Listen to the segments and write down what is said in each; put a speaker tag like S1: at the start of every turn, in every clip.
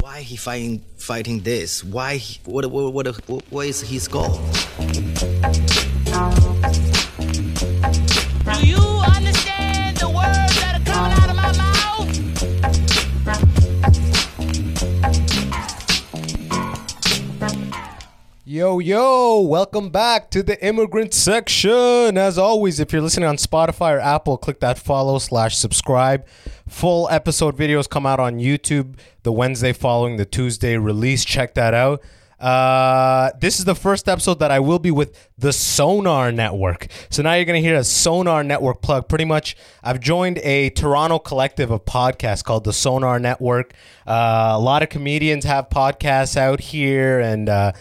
S1: why he fighting fighting this? Why? He, what, what, what? What? What is his goal?
S2: Do you understand the words that are coming out of my mouth?
S3: Yo, yo, welcome back to the immigrant section. As always, if you're listening on Spotify or Apple, click that follow slash subscribe. Full episode videos come out on YouTube the Wednesday following the Tuesday release. Check that out. Uh, this is the first episode that I will be with the Sonar Network. So now you're going to hear a Sonar Network plug. Pretty much, I've joined a Toronto collective of podcasts called the Sonar Network. Uh, a lot of comedians have podcasts out here and. Uh,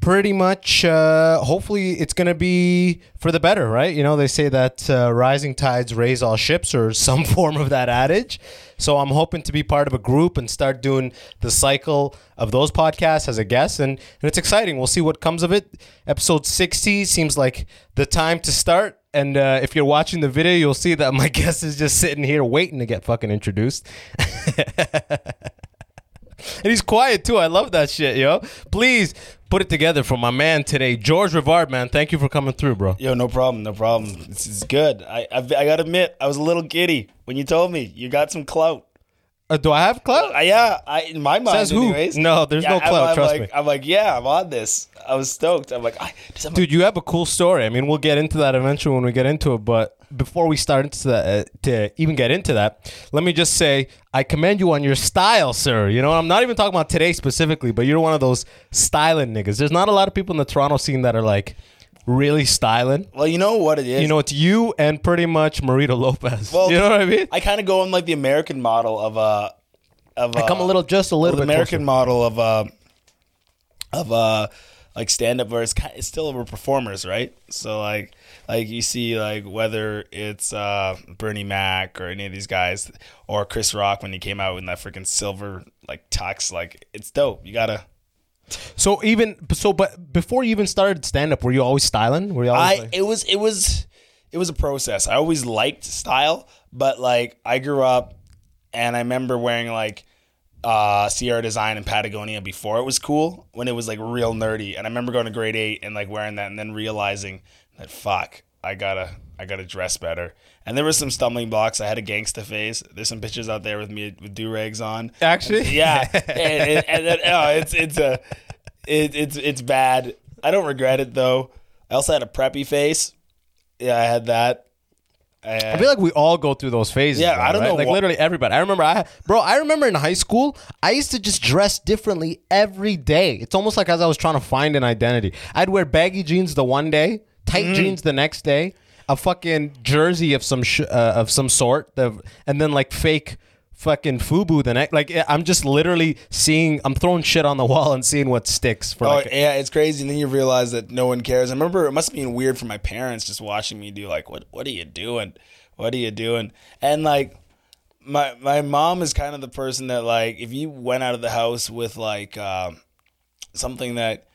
S3: pretty much uh, hopefully it's going to be for the better right you know they say that uh, rising tides raise all ships or some form of that adage so i'm hoping to be part of a group and start doing the cycle of those podcasts as a guest and, and it's exciting we'll see what comes of it episode 60 seems like the time to start and uh, if you're watching the video you'll see that my guest is just sitting here waiting to get fucking introduced and he's quiet too. I love that shit, yo. Please put it together for my man today, George Rivard, man. Thank you for coming through, bro.
S4: Yo, no problem, no problem. This is good. I I've, I gotta admit, I was a little giddy when you told me you got some clout.
S3: Uh, do I have clout?
S4: Uh, yeah, I in my mind,
S3: Says who?
S4: anyways.
S3: No, there's no
S4: I'm-
S3: clout,
S4: I'm
S3: trust
S4: like,
S3: me.
S4: I'm like, yeah, I'm on this. I was stoked. I'm like, I, does that-
S3: Dude, you have a cool story. I mean, we'll get into that eventually when we get into it. But before we start into that, uh, to even get into that, let me just say I commend you on your style, sir. You know, I'm not even talking about today specifically, but you're one of those styling niggas. There's not a lot of people in the Toronto scene that are like really styling.
S4: well, you know what it is.
S3: You know, it's you and pretty much Marita Lopez.
S4: Well,
S3: you know what I mean?
S4: I kind of go on like the American model of uh of
S3: I come a
S4: uh,
S3: little, just a little
S4: the
S3: bit
S4: American
S3: Closer.
S4: model of uh of uh like stand up where it's kind it's still we're performers, right? So like like you see like whether it's uh Bernie Mac or any of these guys or Chris Rock when he came out in that freaking silver like tux, like it's dope. You gotta
S3: So even so, but before you even started stand up, were you always styling? Were you always?
S4: I
S3: like-
S4: it was it was it was a process. I always liked style, but like I grew up and I remember wearing like uh Sierra Design and Patagonia before it was cool when it was like real nerdy. And I remember going to grade 8 and like wearing that and then realizing that fuck, I got to I got to dress better. And there was some stumbling blocks. I had a gangsta phase. There's some pictures out there with me with do-rags on.
S3: Actually?
S4: Yeah. and, and, and then, oh, it's it's a it, it's it's bad. I don't regret it though. I also had a preppy face. Yeah, I had that.
S3: I feel like we all go through those phases.
S4: Yeah, I
S3: though,
S4: don't
S3: right?
S4: know
S3: Like
S4: wha-
S3: literally everybody. I remember, I bro, I remember in high school, I used to just dress differently every day. It's almost like as I was trying to find an identity. I'd wear baggy jeans the one day, tight
S4: Mm-hmm.
S3: jeans the next day, a fucking jersey of some sh- uh, of some sort, the, and then like fake fucking FUBU the next. Like I'm just literally seeing, I'm throwing shit on the wall and seeing what sticks for
S4: Oh
S3: like
S4: yeah, it's crazy. And then you realize that no one cares. I remember it must have been weird for my parents just watching me do like, what What are you doing? What are you doing? And like, my my mom is kind of the person that like, if you went out of the house with like um, something that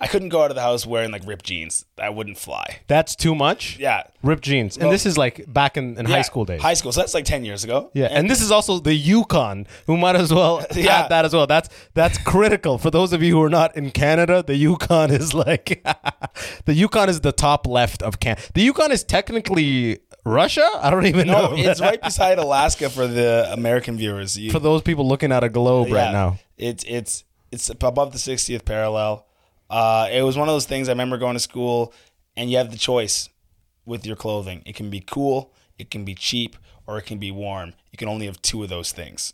S4: I couldn't go out of the house wearing like ripped jeans, that wouldn't fly.
S3: that's too much.
S4: Yeah.
S3: ripped jeans, and
S4: Well-
S3: this is like back in, in high
S4: Yeah,
S3: school days.
S4: High school. So that's like ten years ago.
S3: Yeah, and this is also the Yukon, who might as well
S4: Yeah.
S3: add that as well. That's that's critical for those of you who are not in Canada. The Yukon is like the Yukon is the top left of Canada. The Yukon is technically Russia. I don't even
S4: No,
S3: know
S4: oh, it's right beside Alaska for the American viewers. You,
S3: for those people looking at a globe right
S4: Yeah.
S3: now.
S4: It's it's it's above the 60th parallel. Uh, it was one of those things I remember going to school, and you have the choice with your clothing. It can be cool, it can be cheap, or it can be warm. You can only have two of those things.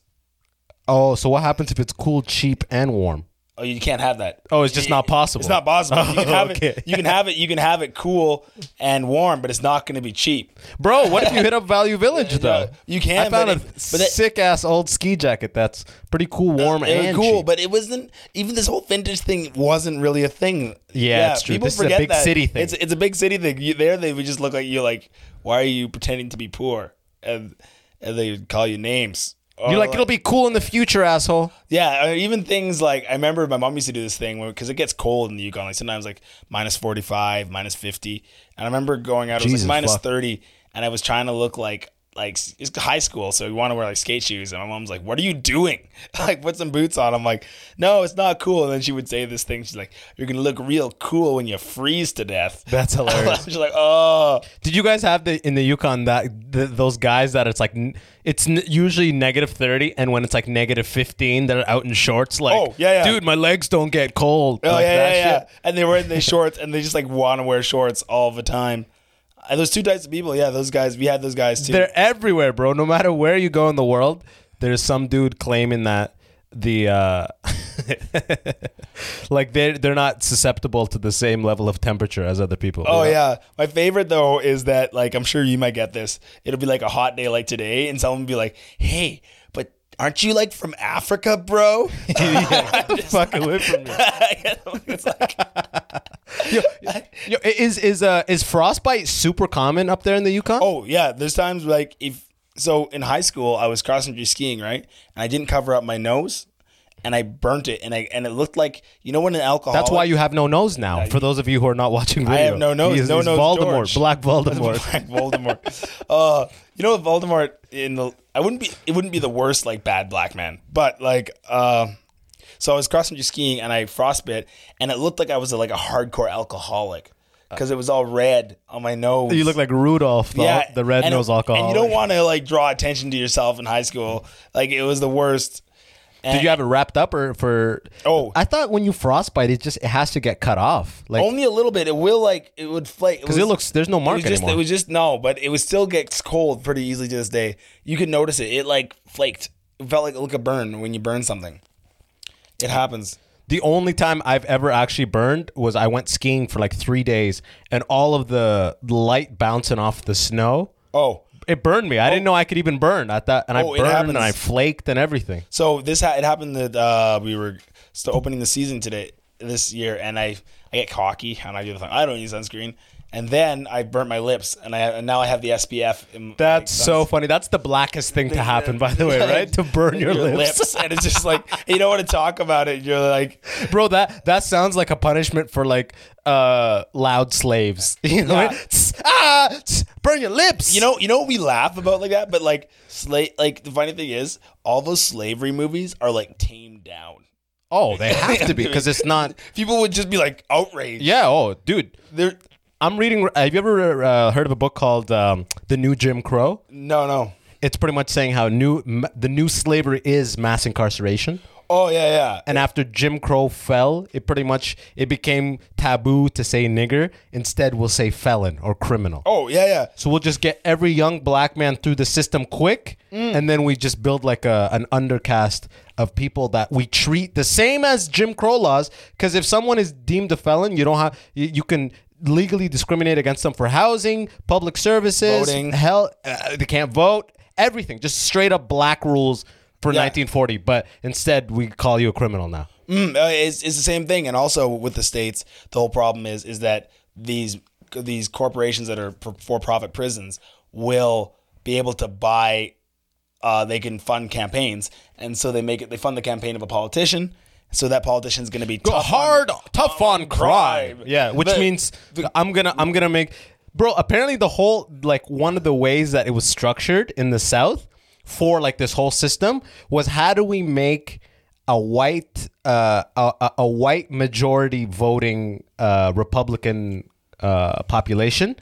S3: Oh, so what happens if it's cool, cheap, and warm?
S4: Oh, you can't have that.
S3: Oh, it's just not possible.
S4: It's not possible. You can have
S3: Okay.
S4: it. You can have it. You can have it cool and warm, but it's not going to be cheap.
S3: Bro, what if you hit up Value Village though?
S4: No, you can,
S3: I found
S4: but
S3: a
S4: it- but that-
S3: sick ass old ski jacket that's pretty cool, warm,
S4: It was
S3: and
S4: cool,
S3: cheap.
S4: but it wasn't even this whole vintage thing wasn't really a thing.
S3: Yeah, it's true. This is a big city thing.
S4: It's it's a big city thing. You, there, they would just look like you. Like, why are you pretending to be poor? And and they would call you names. Or
S3: You're like, it'll be cool in the future, asshole.
S4: yeah, or even things like I remember my mom used to do this thing because it gets cold in the Yukon. Like sometimes like minus forty five, minus fifty, and I remember going out. It was
S3: Jesus,
S4: like minus
S3: fuck.
S4: thirty, and I was trying to look like like s- it's high school, so we want to wear like skate shoes. And my mom's like, "What are you doing? like, put some boots on." I'm like, "No, it's not cool." And then she would say this thing. She's like, "You're gonna look real cool when you freeze to death."
S3: That's hilarious.
S4: she's like, "Oh,
S3: Did you guys have the in the Yukon that th those guys that it's like n- it's n- usually negative thirty, and when it's like negative fifteen, they're out in shorts. Like,
S4: Oh, yeah, yeah.
S3: dude, my legs don't get cold.
S4: oh
S3: like
S4: yeah,
S3: that
S4: yeah, yeah."
S3: shit.
S4: And they wear their shorts, and they just like want to wear shorts all the time. And those two types of people, yeah, those guys. We had those guys too.
S3: They're everywhere, bro. No matter where you go in the world, there's some dude claiming that the uh like they they're not susceptible to the same level of temperature as other people.
S4: Oh yeah. My favorite though is that like I'm sure you might get this. It'll be like a hot day like today and someone will be like, "Hey, but aren't you like from Africa, bro?"
S3: fuck away from me.
S4: it's like
S3: Yo, yo, is is uh is frostbite super common up there in the Yukon?
S4: Oh yeah, there's times like if so in high school I was cross country skiing right, and I didn't cover up my nose, and I burnt it, and I and it looked like you know when an alcohol.
S3: That's why you have no nose now. For those of you who are not watching video,
S4: I have no nose.
S3: He is-
S4: no
S3: he's
S4: nose.
S3: Voldemort,
S4: George.
S3: Black Voldemort.
S4: Black Voldemort. uh, you know Voldemort in the I wouldn't be it wouldn't be the worst like bad black man, but like uh, so I was cross country skiing and I frostbit and it looked like I was like a hardcore alcoholic because it was all red on my nose.
S3: you look like Rudolph, the, the red
S4: and-
S3: nose alcohol.
S4: And you don't want to like draw attention to yourself in high school. Like it was the worst.
S3: Did you have it wrapped up or for?
S4: Oh.
S3: I thought when you frostbite, it just it has to get cut off. Like
S4: only a little bit. It will like it would flake because
S3: it looks- there's no mark
S4: It was just,
S3: anymore.
S4: it was just no, but it was still gets cold pretty easily to this day. You could notice it. It like flaked. It felt like like a burn when you burn something. It happens.
S3: the only time I've ever actually burned was I went skiing for like three days, and all of the light bouncing off the snow.
S4: Oh,
S3: It burned me. I didn't know I could even burn. I thought, and I
S4: Oh, it
S3: burned and
S4: happens.
S3: I flaked and everything.
S4: so this ha- it happened that uh, we were still opening the season today this year, and I I get cocky and I do the thing. I don't use sunscreen, and then I burnt my lips, and I and now I have the SPF. In,
S3: That's
S4: like,
S3: so funny. That's the blackest thing to happen, by the way, right? To burn your, lips.
S4: and it's just like you don't want to talk about it. You're like,
S3: bro that that sounds like a punishment for like uh loud slaves you know
S4: Yeah.
S3: Tss, ah, tss, burn your lips
S4: You know, you know, we laugh about like that, but like, sla- like the funny thing is, all those slavery movies are like tamed down.
S3: oh they have to be because it's not
S4: People would just be like outraged.
S3: yeah oh dude
S4: They're,
S3: i'm reading have you ever uh, heard of a book called um, the new jim crow
S4: no, no.
S3: it's pretty much saying how new m- the new slavery is mass incarceration
S4: Oh yeah, yeah.
S3: and after jim crow fell it pretty much it became taboo to say nigger instead we'll say felon or criminal
S4: Oh yeah, yeah.
S3: So we'll just get every young black man through the system quick,
S4: Mm.
S3: and then we just build like a, an undercast of people that we treat the same as Jim Crow laws. Because if someone is deemed a felon, you don't have you, you can legally discriminate against them for housing, public services,
S4: Voting.
S3: hell, uh, they can't vote, everything. Just straight up black rules for
S4: Yeah.
S3: 1940. But instead, we call you a criminal now.
S4: Mm, uh, it's, it's the same thing. And also with the states, the whole problem is is that these these corporations that are for profit prisons will be able to buy. Uh, they can fund campaigns, and so they make it. They fund the campaign of a politician, so that politician's going to be tough on-
S3: hard, tough on crime.
S4: crime.
S3: Yeah, which
S4: The-
S3: means I'm gonna I'm gonna make, bro. Apparently, the whole like one of the ways that it was structured in the South for like this whole system was how do we make a white uh, a, a- a white majority voting uh, Republican uh, population?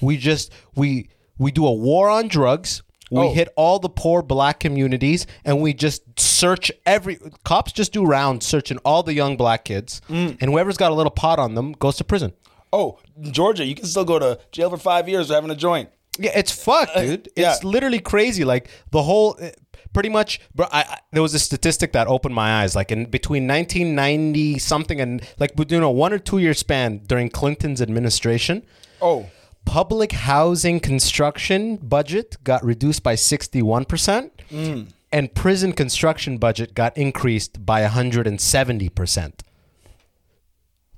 S3: We just we we do a war on drugs. We hit all the poor black communities and we just search every cops just do rounds searching all the young black kids and whoever's got a little pot on them goes to prison.
S4: Oh, in Georgia, you can still go to jail for five years for having a joint.
S3: Yeah, it's fucked, dude.
S4: yeah.
S3: It's literally crazy. Like the whole, eh, pretty much. Bro, I, I, there was a statistic that opened my eyes. Like in between 1990 something and like between a one or two year span during Clinton's administration,
S4: Oh,
S3: public housing construction budget got reduced by 61%.
S4: Mm.
S3: And prison construction budget got increased by 170%.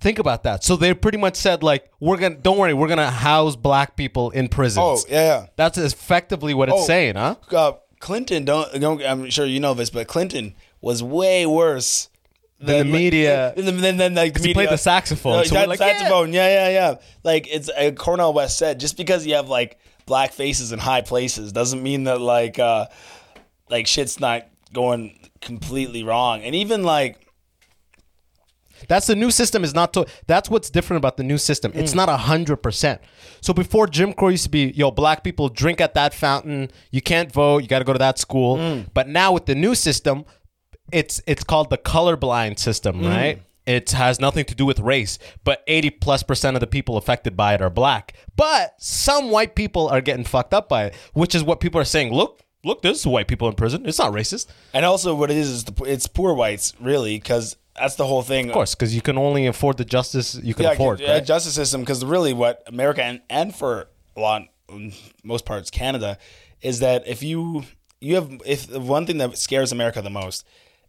S3: Think about that. So they pretty much said like we're going to don't worry, we're going to house black people in prisons.
S4: Oh, yeah, yeah.
S3: That's effectively what it's
S4: Oh.
S3: saying, huh?
S4: uh, Clinton don't don't. I'm sure you know this, but Clinton was way worse
S3: Then the media-
S4: Then, then, then like
S3: 'Cause he played
S4: media-
S3: the saxophone,
S4: No,
S3: so
S4: that,
S3: we're like,
S4: saxophone. Yeah. yeah, yeah, Like it's uh, Cornell West said, just because you have like black faces in high places doesn't mean that like uh like shit's not going completely wrong. And even like
S3: That's the new system is not to that's what's different about the new system. It's not a hundred percent. So before Jim Crow used to be, yo, black people drink at that fountain, you can't vote, you gotta go to that school. But now with the new system, it's it's called the colorblind system, right? It has nothing to do with race, but 80 plus percent of the people affected by it are black. But some white people are getting fucked up by it, which is what people are saying. Look, look, there's white people in prison. It's not racist.
S4: and also what it is is the, it's poor whites really because that's the whole thing.
S3: Of course, because you can only afford the justice you can
S4: yeah,
S3: afford.
S4: yeah,
S3: right?
S4: justice system because really what America and, and for a lot um, most parts Canada is that if you you have if the one thing that scares America the most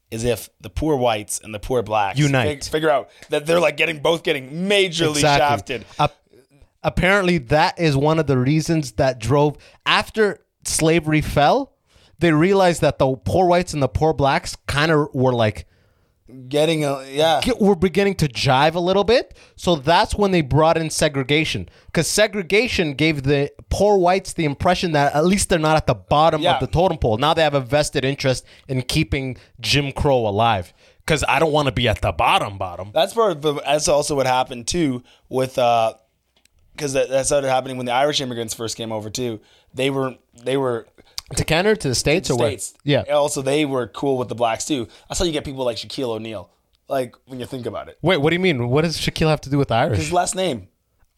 S4: is if the poor whites and the poor blacks
S3: Unite.
S4: fig- figure out that they're like getting both getting majorly shafted.
S3: Ap- apparently, that is one of the reasons that drove after slavery fell. They realized that the poor whites and the poor blacks kind of were like
S4: Getting a, yeah.
S3: get, were beginning to jive a little bit. So that's when they brought in segregation because segregation gave the poor whites the impression that at least they're not at the bottom
S4: Yeah.
S3: of the totem pole. Now they have a vested interest in keeping Jim Crow alive because I don't want to be at the bottom bottom.
S4: That's part. Of, that's also what happened too with uh, because that, that started happening when the Irish immigrants first came over too. They were they were
S3: To Canada, to the states, Oh, or
S4: states.
S3: where? Yeah.
S4: And Also, they were cool with the blacks too. That's how you get people like Shaquille O'Neal. Like when you think about it,
S3: Wait, what do you mean? What does Shaquille have to do with
S4: his
S3: Irish?
S4: last name.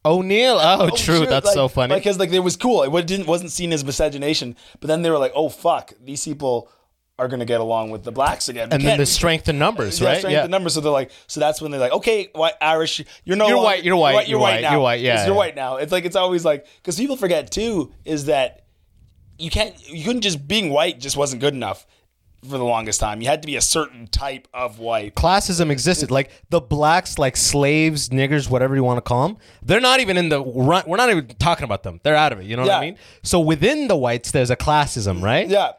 S3: O'Neal. Oh, true.
S4: shoot,
S3: That's
S4: like-
S3: so funny.
S4: Like, cause like it was cool. It wa- didn't wasn't seen as miscegenation. But then they were like, oh fuck, these people are gonna get along with the blacks again. We
S3: and then
S4: can't-
S3: the strength in numbers,
S4: yeah,
S3: right?
S4: strength the numbers. So they're like, so that's when they're like, okay, white Irish, you're no,
S3: You're
S4: longer-
S3: white, you're white,
S4: you're white, now.
S3: you're white, yeah,
S4: It's- you're
S3: yeah.
S4: white now. It's like it's always like because people forget too is that you can't, you couldn't just being white just wasn't good enough for the longest time. You had to be a certain type of white.
S3: Classism existed. Like the blacks, like slaves, niggers, whatever you want to call them, they're not even in the run. We're not even talking about them. They're out of it. You know what I
S4: Yeah.
S3: mean? So within the whites, there's a classism, right?
S4: Yeah,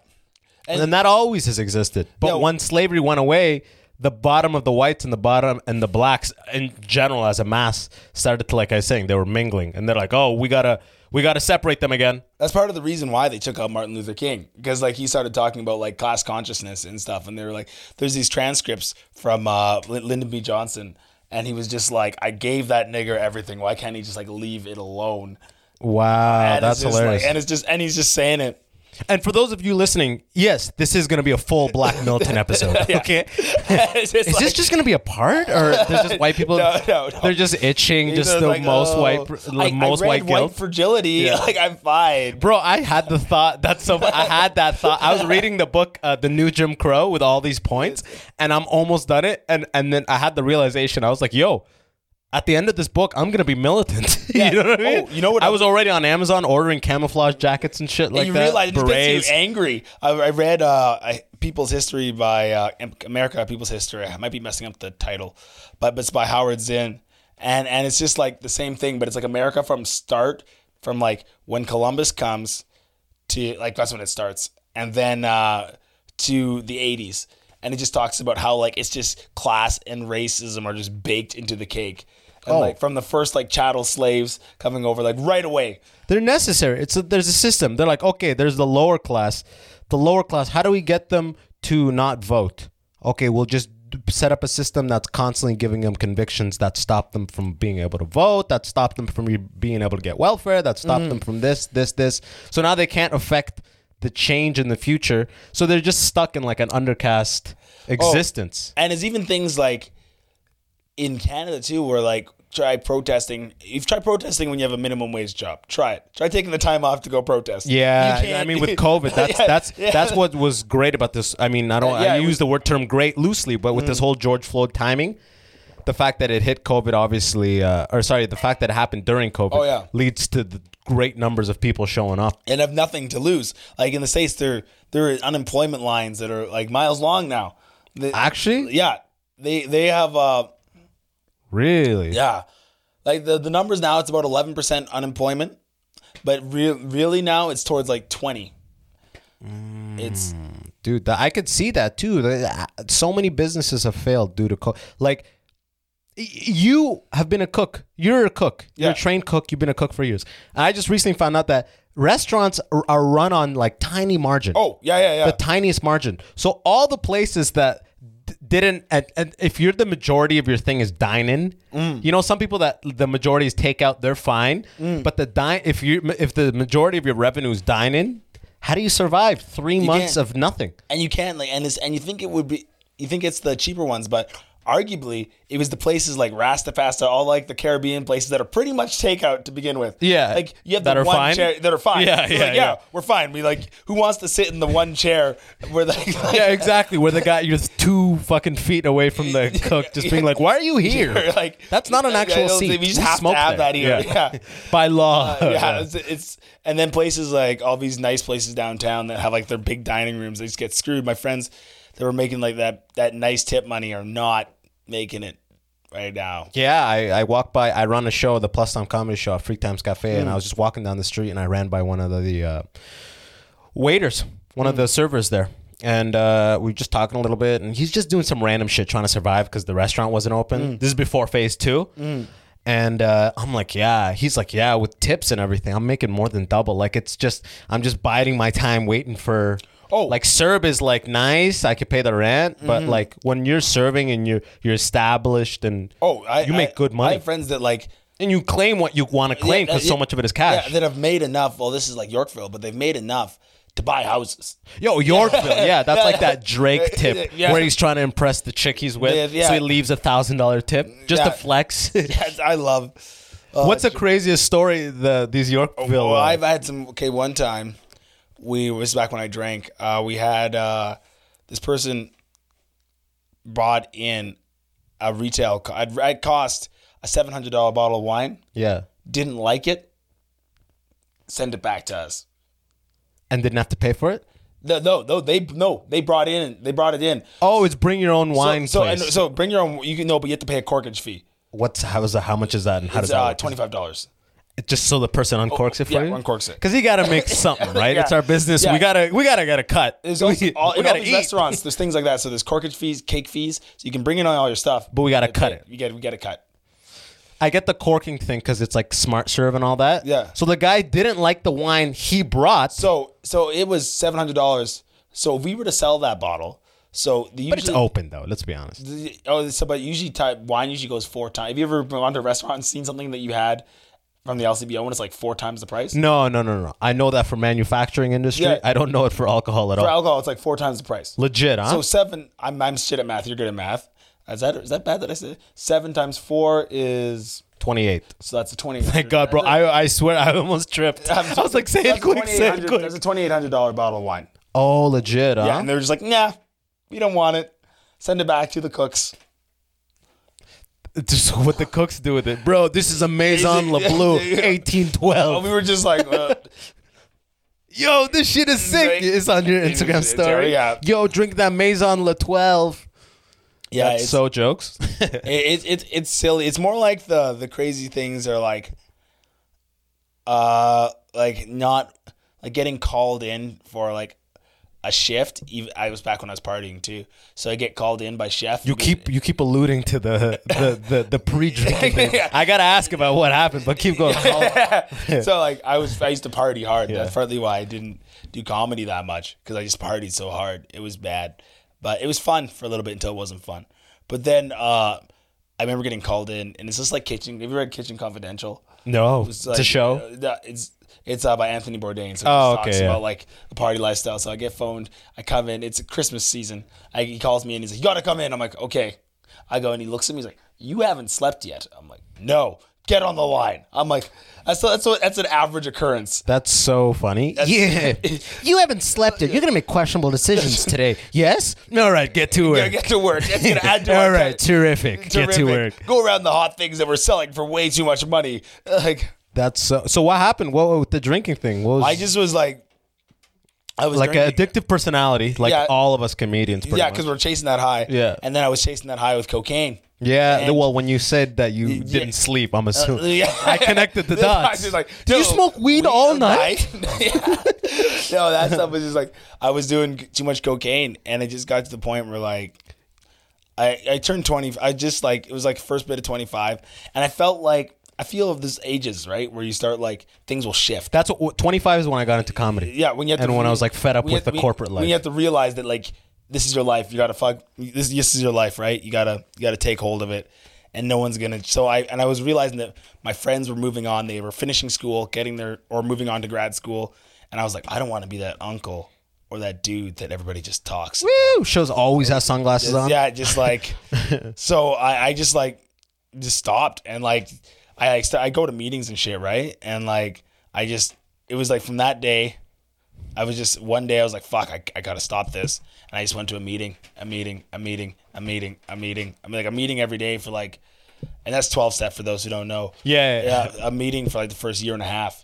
S3: And, that always has existed. But
S4: No.
S3: when slavery went away, the bottom of the whites and the bottom and the blacks in general as a mass started to, like I was saying, they were mingling, and they're like, oh, we gotta, we gotta separate them again.
S4: that's part of the reason why they took out Martin Luther King because like he started talking about like class consciousness and stuff, and they were like, there's these transcripts from uh, Lyn- Lyndon B. Johnson, and he was just like, I gave that nigger everything. Why can't he just like leave it alone?
S3: Wow,
S4: And
S3: Oh, that's
S4: it's just
S3: hilarious.
S4: Like, and it's just and he's just saying it.
S3: And for those of you listening, yes, this is going to be a full Black Milton episode. Okay.
S4: It's just
S3: Is
S4: like-
S3: this just going to be a part, or there's just white people?
S4: No, no, no.
S3: They're just itching,
S4: he's
S3: just the
S4: like,
S3: most
S4: oh,
S3: white, the
S4: I- I
S3: most
S4: read
S3: white guilt.
S4: fragility. Like I'm fine.
S3: Bro, I had the thought. That's so. I had that thought. I was reading the book, uh, the new Jim Crow, with all these points, and I'm almost done it. And and then I had the realization. I was like, yo. At the end of this book, I'm gonna be militant.
S4: Yeah.
S3: you know what I mean?
S4: Oh, you know what
S3: I
S4: I-
S3: was already on Amazon ordering camouflage jackets and shit like
S4: you
S3: that.
S4: realize it just
S3: berets.
S4: gets you angry. I, I read uh, I, People's History by uh, Am- America People's History. I might be messing up the title, but, but it's by Howard Zinn, and and it's just like the same thing, but it's like America from start, from like when Columbus comes to like that's when it starts, and then uh, to the '80s, and it just talks about how like it's just class and racism are just baked into the cake.
S3: Oh.
S4: And like from the first like chattel slaves coming over like right away
S3: They're necessary. It's a, there's a system. They're like, okay, there's the lower class, the lower class. How do we get them to not vote? Okay, we'll just d- set up a system that's constantly giving them convictions that stop them from being able to vote, that stop them from re- being able to get welfare, that stop them from this, this, this. So now they can't affect the change in the future. So they're just stuck in like an undercast existence.
S4: And it's even things like in Canada too, where like try protesting. You've tried protesting when you have a minimum wage job. Try it. Try taking the time off to go protest.
S3: Yeah,
S4: You can't-
S3: I mean, with COVID, that's
S4: Yeah,
S3: that's
S4: yeah.
S3: that's what was great about this. I mean, I don't
S4: Yeah,
S3: I
S4: it
S3: use
S4: was- Mm.
S3: the word term great loosely, but with this whole George Floyd timing, the fact that it hit COVID, obviously, uh, or sorry, the fact that it happened during COVID,
S4: Oh, yeah.
S3: leads to the great numbers of people showing up.
S4: and have nothing to lose. Like in the states, there there are unemployment lines that are like miles long now. The-
S3: Actually,
S4: yeah, they they have uh
S3: really,
S4: yeah, like the the numbers now it's about eleven percent unemployment, but re- really now it's towards like twenty. It's
S3: Dude, that I could see that too. The- So many businesses have failed due to co- like y- you have been a cook. You're a cook. You're
S4: Yeah.
S3: a trained cook. You've been a cook for years. And I just recently found out that restaurants are, are run on like tiny margin.
S4: Oh, yeah, yeah, yeah.
S3: The tiniest margin. So all the places that d- didn't and, and if you're the majority of your thing is dine in,
S4: Mm.
S3: you know some people that the majority is takeout, they're fine. But the dine if you if the majority of your revenue is dine in, how do you survive 3 months
S4: can't.
S3: of nothing?
S4: and you can like and it's and you think it would be you think it's the cheaper ones but arguably it was the places like rasta pasta all like the caribbean places that are pretty much takeout to begin with
S3: Yeah.
S4: like you have
S3: That
S4: the
S3: are
S4: one
S3: fine?
S4: chair that are fine
S3: Yeah,
S4: It's
S3: yeah,
S4: like,
S3: yeah.
S4: we're fine we like who wants to sit in the one chair where like, like
S3: Yeah, exactly. Where they got you two fucking feet away from the cook, just being like, "Why are you here?
S4: like
S3: That's not an
S4: I
S3: actual
S4: don't
S3: seat.
S4: think- We just
S3: We
S4: have
S3: smoke
S4: to have
S3: there."
S4: that here.
S3: Yeah.
S4: Yeah,
S3: By law." Yeah.
S4: Uh, yeah, it's, it's and then places like all these nice places downtown that have like their big dining rooms, they just get screwed. My friends that were making like that that nice tip money are not making it right now.
S3: Yeah, I, I walked by. I run a show, the Plus Time Comedy Show, at Freak Times Cafe, and I was just walking down the street, and I ran by one of the, the uh, waiters, one
S4: Mm.
S3: of the servers there, and uh, we were just talking a little bit, and he's just doing some random shit trying to survive because the restaurant wasn't
S4: Mm.
S3: open. This is before Phase Two. And uh, I'm like, yeah. He's like, yeah, with tips and everything, I'm making more than double. Like, it's just, I'm just biding my time waiting for.
S4: Oh. Mm-hmm.
S3: like Serb is like nice. I could pay the rent, but like when you're serving and you're you're established and
S4: Oh, I,
S3: you make
S4: I-
S3: good money,
S4: I have friends that like
S3: and you claim what you want to claim
S4: yeah,
S3: because
S4: yeah,
S3: so much of it is cash.
S4: Yeah, that have made enough. Well, this is like Yorkville, but they've made enough to buy houses.
S3: Yo, Yorkville, yeah, that's like that Drake tip
S4: Yeah.
S3: where he's trying to impress the chick he's with,
S4: Yeah, yeah.
S3: so he leaves a thousand dollar tip just to
S4: Yeah.
S3: flex.
S4: Yes, I love.
S3: What's the craziest story the these Yorkville?
S4: Well,
S3: uh,
S4: Oh, I've had some. Okay, one time, we this is back when I drank. Uh, we had uh, this person brought in a retail. co- I'd, I'd cost a seven hundred dollar bottle of wine.
S3: yeah,
S4: Didn't like it. Send it back to us.
S3: and didn't have to pay for it.
S4: No, no, no. They no. They brought in. They brought it in.
S3: Oh, it's bring your own wine
S4: so, so, and
S3: place.
S4: so bring your own. You can no, but you have to pay a corkage fee.
S3: What's how is that? How much is that? And how
S4: It's
S3: does that?
S4: uh,
S3: work?
S4: twenty five dollars.
S3: just so the person uncorks it for
S4: yeah,
S3: you.
S4: uncorks it.
S3: because he got to make something, right?
S4: Yeah.
S3: It's our business. We
S4: Yeah.
S3: gotta we gotta get a cut.
S4: There's
S3: we,
S4: also all,
S3: we
S4: in all
S3: gotta
S4: these
S3: eat,
S4: restaurants. There's things like that. So there's corkage fees, cake fees. So you can bring in all your stuff,
S3: but we gotta cut it.
S4: You get we get a cut.
S3: I get the corking thing because it's like smart serve and all that.
S4: Yeah.
S3: So the guy didn't like the wine he brought.
S4: So so it was seven hundred dollars. So if we were to sell that bottle, so the usually,
S3: but it's open though. Let's be honest.
S4: the- oh, so but usually type wine usually goes four times. Have you ever gone to a restaurant and seen something that you had from the LCBO when it's like four times the price?
S3: No, no, no, no. I know that for manufacturing industry.
S4: Yeah.
S3: I don't know it for alcohol at
S4: For
S3: all.
S4: alcohol, it's like four times the price.
S3: Legit, huh?
S4: So seven. I'm I'm shit at math. You're good at math. Is that is that bad that I said seven times four is
S3: Twenty-eight.
S4: so that's a twenty.
S3: Thank God, bro. I, I swear I almost tripped. I was like, say it
S4: That's
S3: quick, say it
S4: 2800
S3: quick.
S4: That's a twenty eight hundred dollar bottle of wine.
S3: Oh, legit, huh?
S4: Yeah, and they're just like, nah, we don't want it. Send it back to the cooks.
S3: Just what the cooks do with it, bro. This is a Maison Le Bleu, eighteen
S4: But Oh, we
S3: twelve.
S4: were just like, uh,
S3: Yo, this shit is sick. It's on your Instagram
S4: it's-
S3: story.
S4: yeah.
S3: Yo, drink that Maison Le Twelve.
S4: yeah,
S3: That's
S4: it's,
S3: so jokes.
S4: it, it, it, it's silly. It's more like the the crazy things are like, uh, like not like getting called in for like a shift. Even I was back when I was partying too, so I get called in by chef.
S3: You keep you keep alluding to the the the, the pre drinking. I gotta ask about what happened, but keep going.
S4: so like I was I used to party hard. That's partly why I didn't do comedy that much because I just partied so hard. It was bad, but it was fun for a little bit until it wasn't fun. But then uh, I remember getting called in, and it's just like Kitchen. Have you read Kitchen Confidential?
S3: No,
S4: It's
S3: it's
S4: like,
S3: a show.
S4: uh, no, it's it's uh, by Anthony Bourdain. So it
S3: Oh,
S4: just talks
S3: okay, yeah.
S4: about like the party lifestyle. So I get phoned. I come in. It's Christmas season. I, he calls me and he's like, "You gotta come in." I'm like, "Okay." I go and he looks at me. He's like, "You haven't slept yet." I'm like, "No." Get on the line. I'm like, that's that's what that's an average occurrence.
S3: That's so funny. yeah, you haven't slept yet. You're gonna make questionable decisions today. Yes. All right, get to
S4: Gotta
S3: work.
S4: get to work. That's gonna add to my
S3: All right,
S4: credit.
S3: terrific. Get to work.
S4: Terrific. Go around the hot things that we're selling for way too much money. Like
S3: That's so. So what happened? What with the drinking thing? What was
S4: I just was like, I was
S3: like an
S4: drinking.
S3: addictive personality, like
S4: Yeah.
S3: all of us comedians. Pretty
S4: Yeah,
S3: much.
S4: because we're chasing that high.
S3: Yeah.
S4: And then I was chasing that high with cocaine.
S3: Yeah.
S4: And- Uh,
S3: well, when you said that you didn't sleep, I'm assuming I connected the dots.
S4: Just like,
S3: Do you
S4: "Yo,
S3: smoke weed all night?
S4: Yeah. no, that stuff was just like I was doing too much cocaine, and it just got to the point where like I I turned twenty. I just like it was like first bit of twenty five, and I felt like I feel of this ages right where you start like things will shift.
S3: That's what 25 is when I got into comedy.
S4: yeah, when you have
S3: and
S4: to
S3: when I
S4: re-
S3: was like fed up
S4: when you
S3: with
S4: have-
S3: the corporate
S4: when
S3: life.
S4: you have to realize that like this is your life. You gotta fuck this. This is your life, right? You gotta you gotta take hold of it, and no one's gonna. So I and I was realizing that my friends were moving on. They were finishing school, getting their or moving on to grad school, and I was like, I don't want to be that uncle or that dude that everybody just talks.
S3: Woo! Shows always has sunglasses on.
S4: Yeah, just like so I, I just like just stopped and like I like, st- I go to meetings and shit, right? And like I just it was like from that day I was just one day I was like fuck I, I gotta stop this and I just went to a meeting, a meeting, a meeting, a meeting, a meeting. I mean like a meeting every day for like and that's twelve step for those who don't know.
S3: Yeah, yeah,
S4: Yeah. A meeting for like the first year and a half.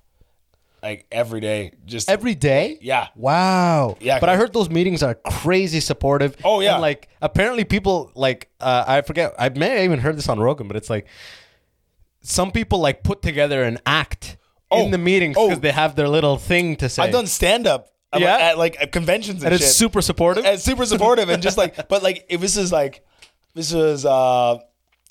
S4: Like every day. Just
S3: Every day?
S4: Yeah.
S3: Wow.
S4: Yeah,
S3: But I
S4: cause-
S3: heard those meetings are crazy supportive.
S4: Oh, yeah.
S3: And like apparently people like uh, I forget I may have even heard this on Rogan, but it's like some people like put together an act
S4: Oh.
S3: in the meetings because
S4: Oh.
S3: they have their little thing to say.
S4: I've done stand up
S3: Yeah?
S4: at like at conventions and,
S3: and it's
S4: shit.
S3: super supportive.
S4: and super supportive and just like but like if this is like this was uh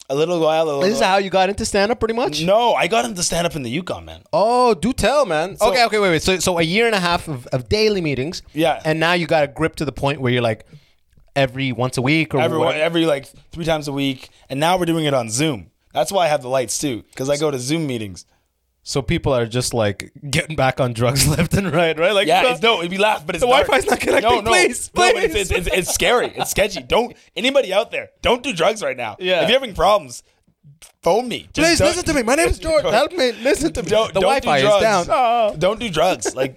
S4: a little while ago.
S3: this is how you got into stand up pretty much?
S4: no i got him to stand up in the yukon man
S3: Oh, do tell, man. okay, okay, wait, wait. So, so a year and a half of, of daily meetings.
S4: Yeah.
S3: And now you got a grip to the point where you're like every once a week or
S4: every
S3: whatever.
S4: every like three times a week and now we're doing it on zoom that's why i have the lights too because i go to zoom meetings
S3: So people are just like getting back on drugs left and right, right? Like
S4: yeah it's no it'd be laugh but it's
S3: The
S4: dark.
S3: Wi-Fi's not connecting.
S4: no no
S3: Please,
S4: no, but
S3: please.
S4: it's, it's, it's, it's scary it's sketchy don't anybody out there don't do drugs right now
S3: Yeah.
S4: if you're having problems phone me Just
S3: Please
S4: don't-
S3: listen to me. My name's George. Help me. Listen to me.
S4: don't,
S3: the
S4: don't
S3: Wi-Fi
S4: do
S3: is
S4: drugs.
S3: down.
S4: Don't do drugs. Like,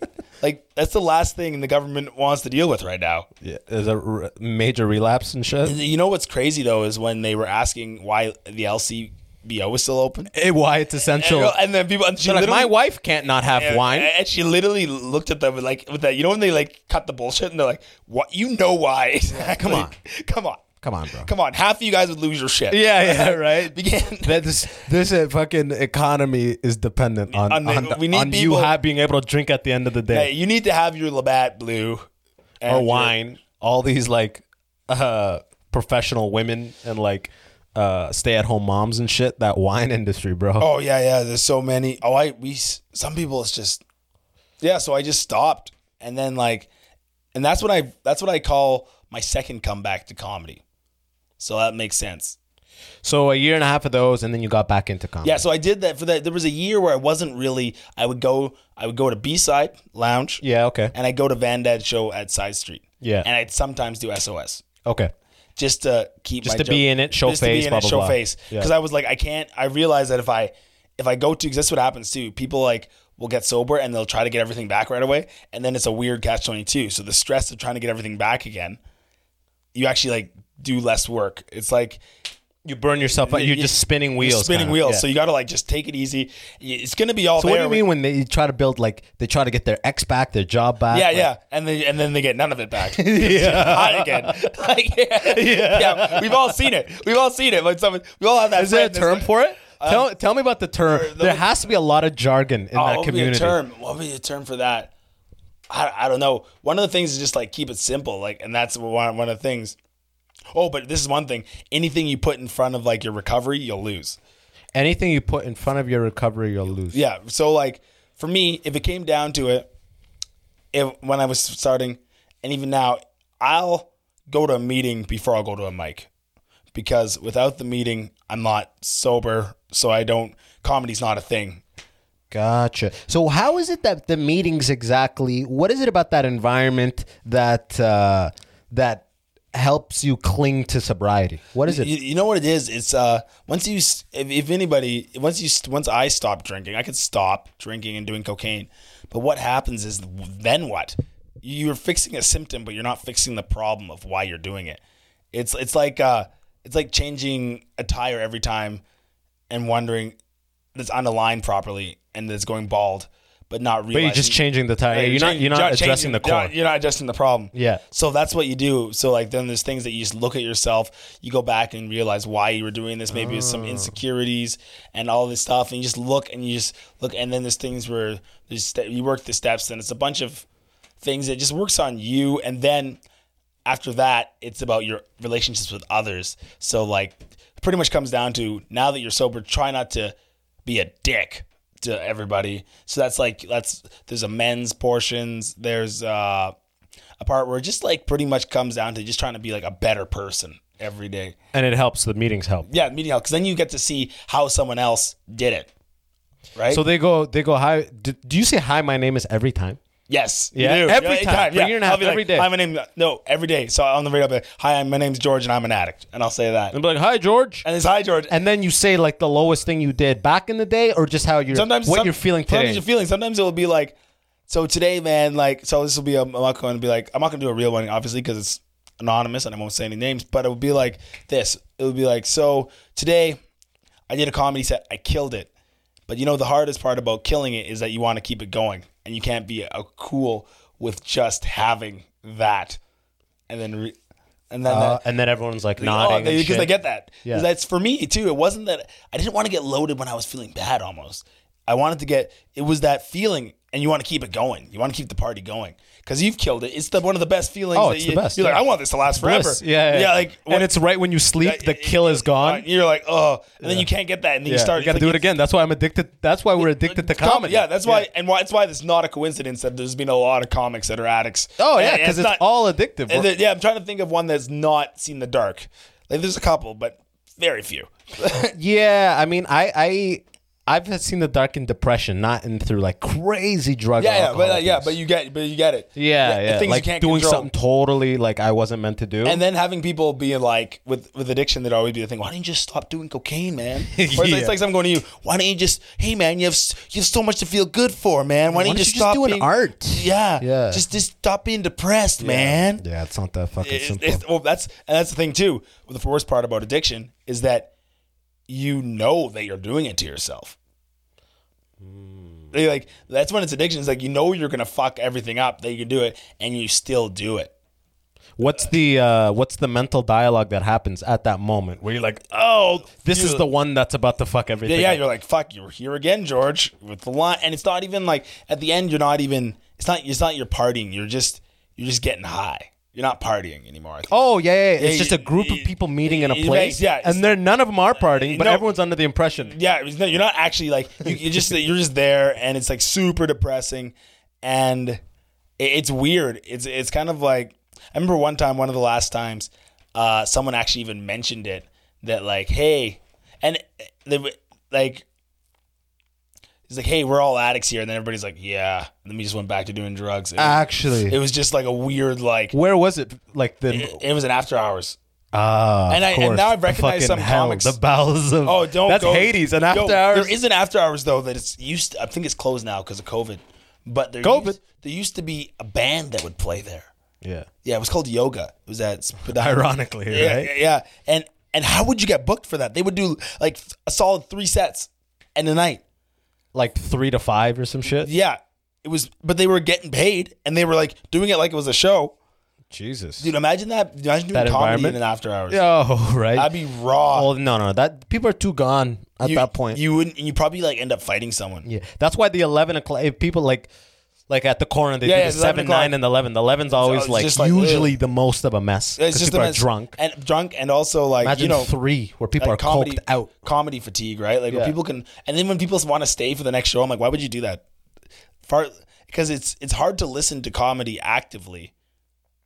S4: like that's the last thing the government wants to deal with right now.
S3: Yeah, there's a r- major relapse and shit.
S4: You know what's crazy though is when they were asking why the LCBO was still open,
S3: Hey, why it's essential.
S4: and, and then people, and she
S3: They're like,
S4: literally,
S3: my wife can't not have
S4: and-
S3: wine.
S4: and she literally looked at them with like with that. You know when they like cut the bullshit and they're like, "What? You know why? Exactly.
S3: come on.
S4: come on,
S3: Come on, bro.
S4: come on." Half of you guys would lose your shit.
S3: Yeah, yeah, right.
S4: Begin.
S3: That this this uh, fucking economy is dependent on
S4: On
S3: on,
S4: the-
S3: on,
S4: we need
S3: you
S4: people-
S3: ha- being able to drink at the end of the
S4: Hey,
S3: day
S4: you need to have your Labatt Blue and
S3: or
S4: your-
S3: wine. All these like uh, professional women and like uh, stay at home moms and shit. That wine industry, bro.
S4: Oh yeah, yeah. There's so many. Oh, I we s- some people it's just yeah. So I just stopped, and then like, and that's what I that's what I call my second comeback to comedy. So that makes sense.
S3: So a year and a half of those, and then you got back into comedy.
S4: Yeah. So I did that for that. There was a year where I wasn't really. I would go. I would go to B side lounge.
S3: Yeah. Okay.
S4: And I would go to Van Dad show at Side Street.
S3: Yeah.
S4: And I'd sometimes do SOS.
S3: Okay.
S4: just to keep
S3: Just
S4: my
S3: to be
S4: joke-
S3: in it, show
S4: just to
S3: face,
S4: be in
S3: blah,
S4: it,
S3: blah,
S4: show
S3: blah.
S4: face.
S3: Yeah.
S4: Because I was like, I can't. I realized that if I if I go to, because that's what happens too. People like will get sober and they'll try to get everything back right away, and then it's a weird catch twenty two. So the stress of trying to get everything back again, you actually like do less work. It's like
S3: You burn yourself out. You're
S4: you-
S3: just spinning wheels.
S4: you're spinning
S3: kinda.
S4: wheels.
S3: Yeah.
S4: So you got to like just take it easy. Y- It's gonna be all.
S3: So what do
S4: there.
S3: you mean when they you try to build like they try to get their ex back, their job back?
S4: Yeah,
S3: like-
S4: yeah, and then and then they get none of it back. yeah, high again. Like, yeah. yeah, We've all seen it. We've all seen it. When someone, we all have that.
S3: Is there a
S4: friend that's
S3: term
S4: like-
S3: for it? tell, tell me about the term.
S4: the-
S3: there has to be a lot of jargon in
S4: Oh,
S3: that
S4: what would
S3: community.
S4: Be a term? What would be a term for that? I, I don't know. One of the things is just like keep it simple, like, and that's one one of the things. Oh, but this is one thing. Anything you put in front of like your recovery, you'll lose.
S3: Anything you put in front of your recovery, you'll lose.
S4: Yeah. So like for me, if it came down to it, if when I was starting, and even now, I'll go to a meeting before I'll go to a mic. Because without the meeting, I'm not sober, so I don't comedy's not a thing.
S3: Gotcha. So how is it that the meetings exactly? What is it about that environment that uh, that helps you cling to sobriety? What is it?
S4: You, you know what it is? It's uh once you s- if, if anybody once you s- once I stopped drinking, I could stop drinking and doing cocaine. But what happens is then what? You're fixing a symptom, but you're not fixing the problem of why you're doing it. It's it's like uh it's like changing a tire every time and wondering that's unaligned properly and that's going bald. but not
S3: But
S4: realizing.
S3: you're just changing the tire.
S4: Right,
S3: you're not. You're not
S4: changing-
S3: addressing the
S4: you're
S3: core.
S4: not- You're not addressing the problem.
S3: Yeah.
S4: So that's what you do. So like then there's things that you just look at yourself, you go back and realize why you were doing this. Maybe it's
S3: Oh.
S4: some insecurities and all this stuff, and you just look and you just look, and then there's things where there's ste- you work the steps, and it's a bunch of things that just works on you, and then after that, it's about your relationships with others. So like, pretty much comes down to now that you're sober, try not to be a dick to everybody. So that's like that's there's amends portions. There's uh, a part where it just like pretty much comes down to just trying to be like a better person every day.
S3: And it helps. The meetings help.
S4: Yeah, meeting out because then you get to see how someone else did it. Right.
S3: So they go. They go. Hi. Do, do you say hi? My name is every time.
S4: Yes.
S3: Yeah,
S4: you do.
S3: every time. For a year and a half,
S4: I'll be like,
S3: every day.
S4: Hi, my name. No, every day. So on the radio, I'll be like, "Hi, I'm- my name's George, and I'm an addict." And I'll say that.
S3: And be like, hi, George.
S4: And it's hi, George.
S3: And then you say like the lowest thing you did back in the day, or just how you're
S4: sometimes
S3: what
S4: some-
S3: you're feeling
S4: Sometimes
S3: today.
S4: you're feeling. Sometimes it will be like, so today, man. Like, so this will be. A, I'm not going to be like. I'm not going to do a real one, obviously, because it's anonymous and I won't say any names. But it would be like this. It would be like, so today, I did a comedy set. I killed it. But you know, the hardest part about killing it is that you want to keep it going, and you can't be a cool with just having that, and then. Re- and then
S3: Uh,
S4: that,
S3: and then everyone's like
S4: like,
S3: nodding.
S4: oh,
S3: and
S4: because I
S3: shit.
S4: get that. 'Cause
S3: Yeah.
S4: That's for me too. It wasn't that I didn't want to get loaded when I was feeling bad. Almost, I wanted to get. It was that feeling, and you want to keep it going. You want to keep the party going because you've killed it. It's the one of the best feelings.
S3: Oh,
S4: that
S3: it's
S4: you,
S3: the best,
S4: You're
S3: yeah.
S4: like, I want this to last forever.
S3: Bliss. Yeah, yeah.
S4: yeah. Like,
S3: and it's right when you sleep, the kill is gone.
S4: You're like, oh, and then you can't get that, and then
S3: yeah.
S4: you start.
S3: You gotta
S4: it's
S3: do
S4: like-
S3: it again. That's why I'm addicted. That's why we're addicted to
S4: Com-
S3: comedy.
S4: Yeah, that's why, and why it's why it's not a coincidence that there's been a lot of comics that are addicts.
S3: Oh
S4: And-
S3: yeah,
S4: and
S3: because it's,
S4: not-
S3: all addictive.
S4: and then- yeah, I'm trying to think of one that's not seen the dark. Like, there's a couple, but very few.
S3: yeah, I mean, I I I've seen the dark in depression, not in through like crazy drug.
S4: Yeah, yeah, but uh,
S3: alcohol
S4: yeah,
S3: abuse.
S4: but you get, but you get it.
S3: yeah, yeah,
S4: the Things
S3: like
S4: you can't
S3: doing
S4: control.
S3: something totally like I wasn't meant to do.
S4: And then having people being like with with addiction, that always be the thing. Why don't you just stop doing cocaine, man? Or it's, like,
S3: Yeah.
S4: it's like someone going to you. Why don't you just, hey man, you have s- you have so much to feel good for, man. Why
S3: Why
S4: don't, you
S3: don't
S4: just
S3: you just
S4: stop
S3: do an
S4: being,
S3: art?
S4: Yeah,
S3: Yeah.
S4: Just just stop being depressed, man.
S3: yeah, it's not that fucking
S4: It's-
S3: simple.
S4: it's- well, that's and that's the thing too. The worst part about addiction is that you know that you're doing it to yourself. They, Like that's when it's addiction. It's like you know you're gonna fuck everything up that you can do it, and you still do it.
S3: what's the uh, what's the mental dialogue that happens at that moment where you're like, oh, this
S4: You-
S3: is the one that's about to fuck everything.
S4: Yeah, yeah.
S3: up.
S4: You're like, fuck, you're here again, George, with the line, and it's not even like at the end. You're not even. It's not. It's not you're partying. You're just. You're just getting high. You're not partying anymore. I think.
S3: Oh yeah, yeah, yeah.
S4: Yeah,
S3: It's just a group of
S4: you-
S3: people meeting in a
S4: you-
S3: place,
S4: yeah, it's-
S3: and they're none of them are partying, but
S4: No.
S3: everyone's under the impression.
S4: yeah, it was, no, you're not actually like you, you just you're just there, and it's like super depressing, and it, it's weird. It's it's kind of like I remember one time, one of the last times, uh, someone actually even mentioned it that like, hey, and they were- like. He's like, hey, we're all addicts here, and then everybody's like, yeah. And then we just went back to doing drugs. It was,
S3: Actually,
S4: it was just like a weird, like
S3: where was it? Like the
S4: it, it was an after hours.
S3: ah,
S4: And I- and
S3: course.
S4: now I
S3: The
S4: recognize
S3: fucking
S4: some
S3: hell,
S4: comics.
S3: The bowels of
S4: Oh, don't
S3: that's
S4: go.
S3: Hades, and
S4: Yo,
S3: after hours.
S4: There is an after hours though that it's used. I think it's closed now because of COVID. But there
S3: COVID.
S4: Used, there used to be a band that would play there.
S3: yeah,
S4: Yeah, it was called Yoga. It was at Spadina.
S3: ironically,
S4: Yeah,
S3: right?
S4: yeah, yeah. And and how would you get booked for that? They would do like a solid three sets in a night.
S3: Like three to five or some shit.
S4: Yeah, it was. But they were getting paid, and they were like doing it like it was a show.
S3: Jesus,
S4: Dude, imagine that. Imagine doing
S3: That
S4: comedy
S3: environment?
S4: in an after hours.
S3: oh right.
S4: I'd be raw.
S3: oh no, no, that people are too gone at
S4: You-
S3: that point.
S4: you wouldn't. You probably like end up fighting someone.
S3: yeah, that's why the eleven o'clock if people like. Like at the corner, they
S4: Yeah,
S3: do
S4: yeah,
S3: the
S4: 11
S3: seven,
S4: o'clock.
S3: nine, and eleven. The eleven's always
S4: it's
S3: like,
S4: just like,
S3: usually
S4: ugh.
S3: the most of a mess
S4: It's
S3: because
S4: just
S3: people
S4: the
S3: are
S4: mess-
S3: drunk.
S4: and drunk, and also like
S3: Imagine
S4: you know
S3: three where people
S4: like
S3: are
S4: comedy
S3: coked out.
S4: comedy fatigue, right? Like
S3: Yeah.
S4: when people can, and then when people want to stay for the next show, I'm like, why would you do that? Far because it's it's hard to listen to comedy actively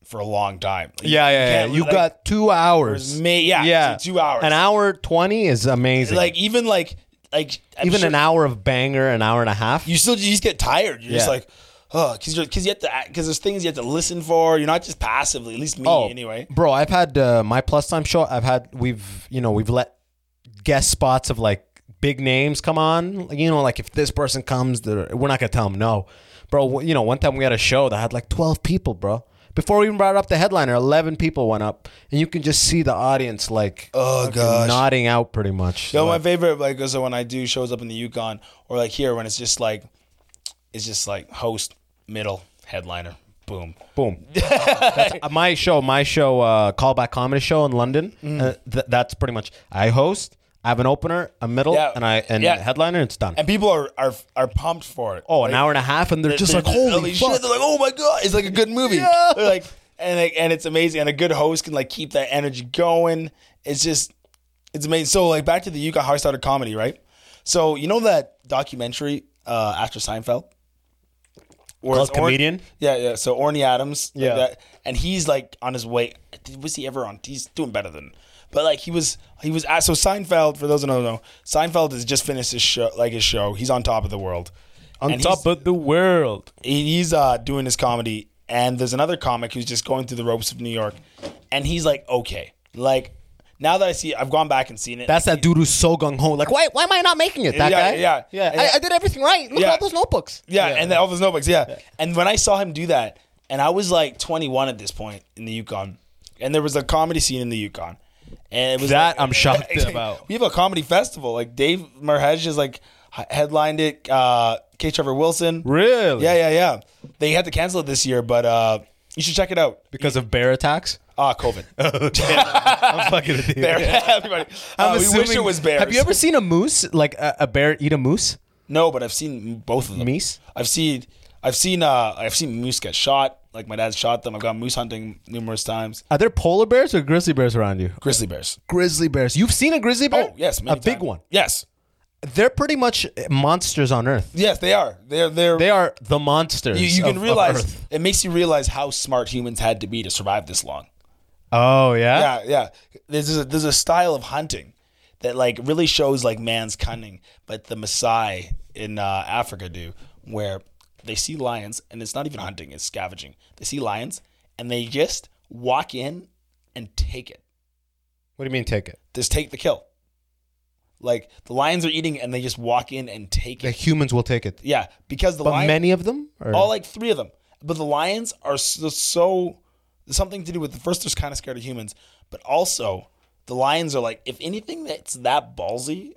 S4: for a long time. Like,
S3: Yeah, yeah, yeah.
S4: can't-
S3: You
S4: like,
S3: got two hours.
S4: there's may- yeah, it's two hours.
S3: An hour twenty is amazing.
S4: like even like like I'm
S3: even
S4: sure-
S3: an hour of banger, an hour and a half.
S4: you still you just get tired. You're just
S3: Yeah.
S4: like. Oh, because you're because you have to because there's things you have to listen for. You're not just passively, at least me anyway.
S3: Oh, bro, I've had uh, my plus time show. I've had we've you know we've let guest spots of like big names come on. Like, You know, like if this person comes, they're- we're not gonna tell them no, bro. You know, one time we had a show that had like twelve people, bro. Before we even brought up the headliner, eleven people went up, and you can just see the audience like
S4: Oh gosh,
S3: nodding out pretty much.
S4: Yo,
S3: Like,
S4: my favorite like is when I do shows up in the Yukon or like here when it's just like It's just like host, middle, headliner, boom.
S3: Boom. That's- uh, my show, my show, uh, callback comedy show in London.
S4: Mm.
S3: Uh, th- that's pretty much. I host. I have an opener, a middle,
S4: Yeah.
S3: and I and
S4: Yeah.
S3: a headliner. It's done.
S4: And people are are, are pumped for it.
S3: oh, an hour and a half, and they're, just like, holy, fuck.
S4: They're like, oh my god, it's like a good movie.
S3: Yeah.
S4: They're like, and like, and it's amazing. And a good host can like keep that energy going. It's just, it's amazing. So like back to the you got how I started comedy, right? So you know that documentary uh, after Seinfeld. Where
S3: Called
S4: it's Orn-
S3: Comedian?
S4: yeah, yeah. So Orny Adams, like
S3: Yeah.
S4: that, and he's like on his way. Was he ever on? He's doing better than, but like he was, he was at. So Seinfeld, for those who don't know, Seinfeld has just finished his show, like his show. He's on top of the world,
S3: on
S4: And
S3: top
S4: he's-
S3: of the world.
S4: he's uh, doing his comedy, and there's another comic who's just going through the ropes of New York, and he's like, okay, like now that I see, I've gone back and seen it.
S3: That's that dude who's so gung ho. Like, why, why am I not making it? That
S4: Yeah,
S3: guy?
S4: yeah,
S3: yeah.
S4: yeah.
S3: I, I did everything right. Look
S4: Yeah.
S3: at all those notebooks.
S4: yeah, and then all those notebooks, yeah. And when I saw him do that, and I was like 21 at this point in the Yukon, and there was a comedy scene in the Yukon, and it was
S3: That
S4: like-
S3: I'm shocked about.
S4: We have a comedy festival. Like Dave Marhej is like h- headlined it. Uh, K. Trevor Wilson.
S3: Really?
S4: Yeah, yeah, yeah. They had to cancel it this year, but uh, you should check it out.
S3: Because of bear attacks.
S4: Ah, COVID.
S3: I'm fucking with you.
S4: bear. Everybody. Uh, we wish it was bears.
S3: Have you ever seen a moose, like a, a bear eat a moose?
S4: No, but I've seen both of them.
S3: Meese?
S4: I've seen. I've seen. Uh, I've seen moose get shot. Like my dad shot them. I've gone moose hunting numerous times.
S3: Are there polar bears or grizzly bears around you?
S4: Grizzly bears.
S3: Grizzly bears. You've seen a grizzly bear?
S4: Oh yes,
S3: a
S4: many
S3: big
S4: times.
S3: one.
S4: Yes,
S3: They're pretty much monsters on Earth.
S4: yes, they are. They're they're.
S3: They are the monsters.
S4: you, you
S3: of-
S4: can
S3: of
S4: realize
S3: Earth.
S4: it makes you realize how smart humans had to be to survive this long.
S3: Oh yeah.
S4: Yeah, yeah. There's a, there's a style of hunting that like really shows like man's cunning, but the Maasai in uh, Africa do where they see lions and it's not even hunting, it's scavenging. They see lions and they just walk in and take it.
S3: What do you mean take it?
S4: Just take the kill. Like the lions are eating and they just walk in and take
S3: The
S4: it.
S3: humans will take it.
S4: Yeah, because the
S3: But
S4: lion
S3: many of them. Or?
S4: all like three of them. But the lions are so, so something to do with the first. They're kind of scared of humans, but also the lions are like, if anything that's that ballsy,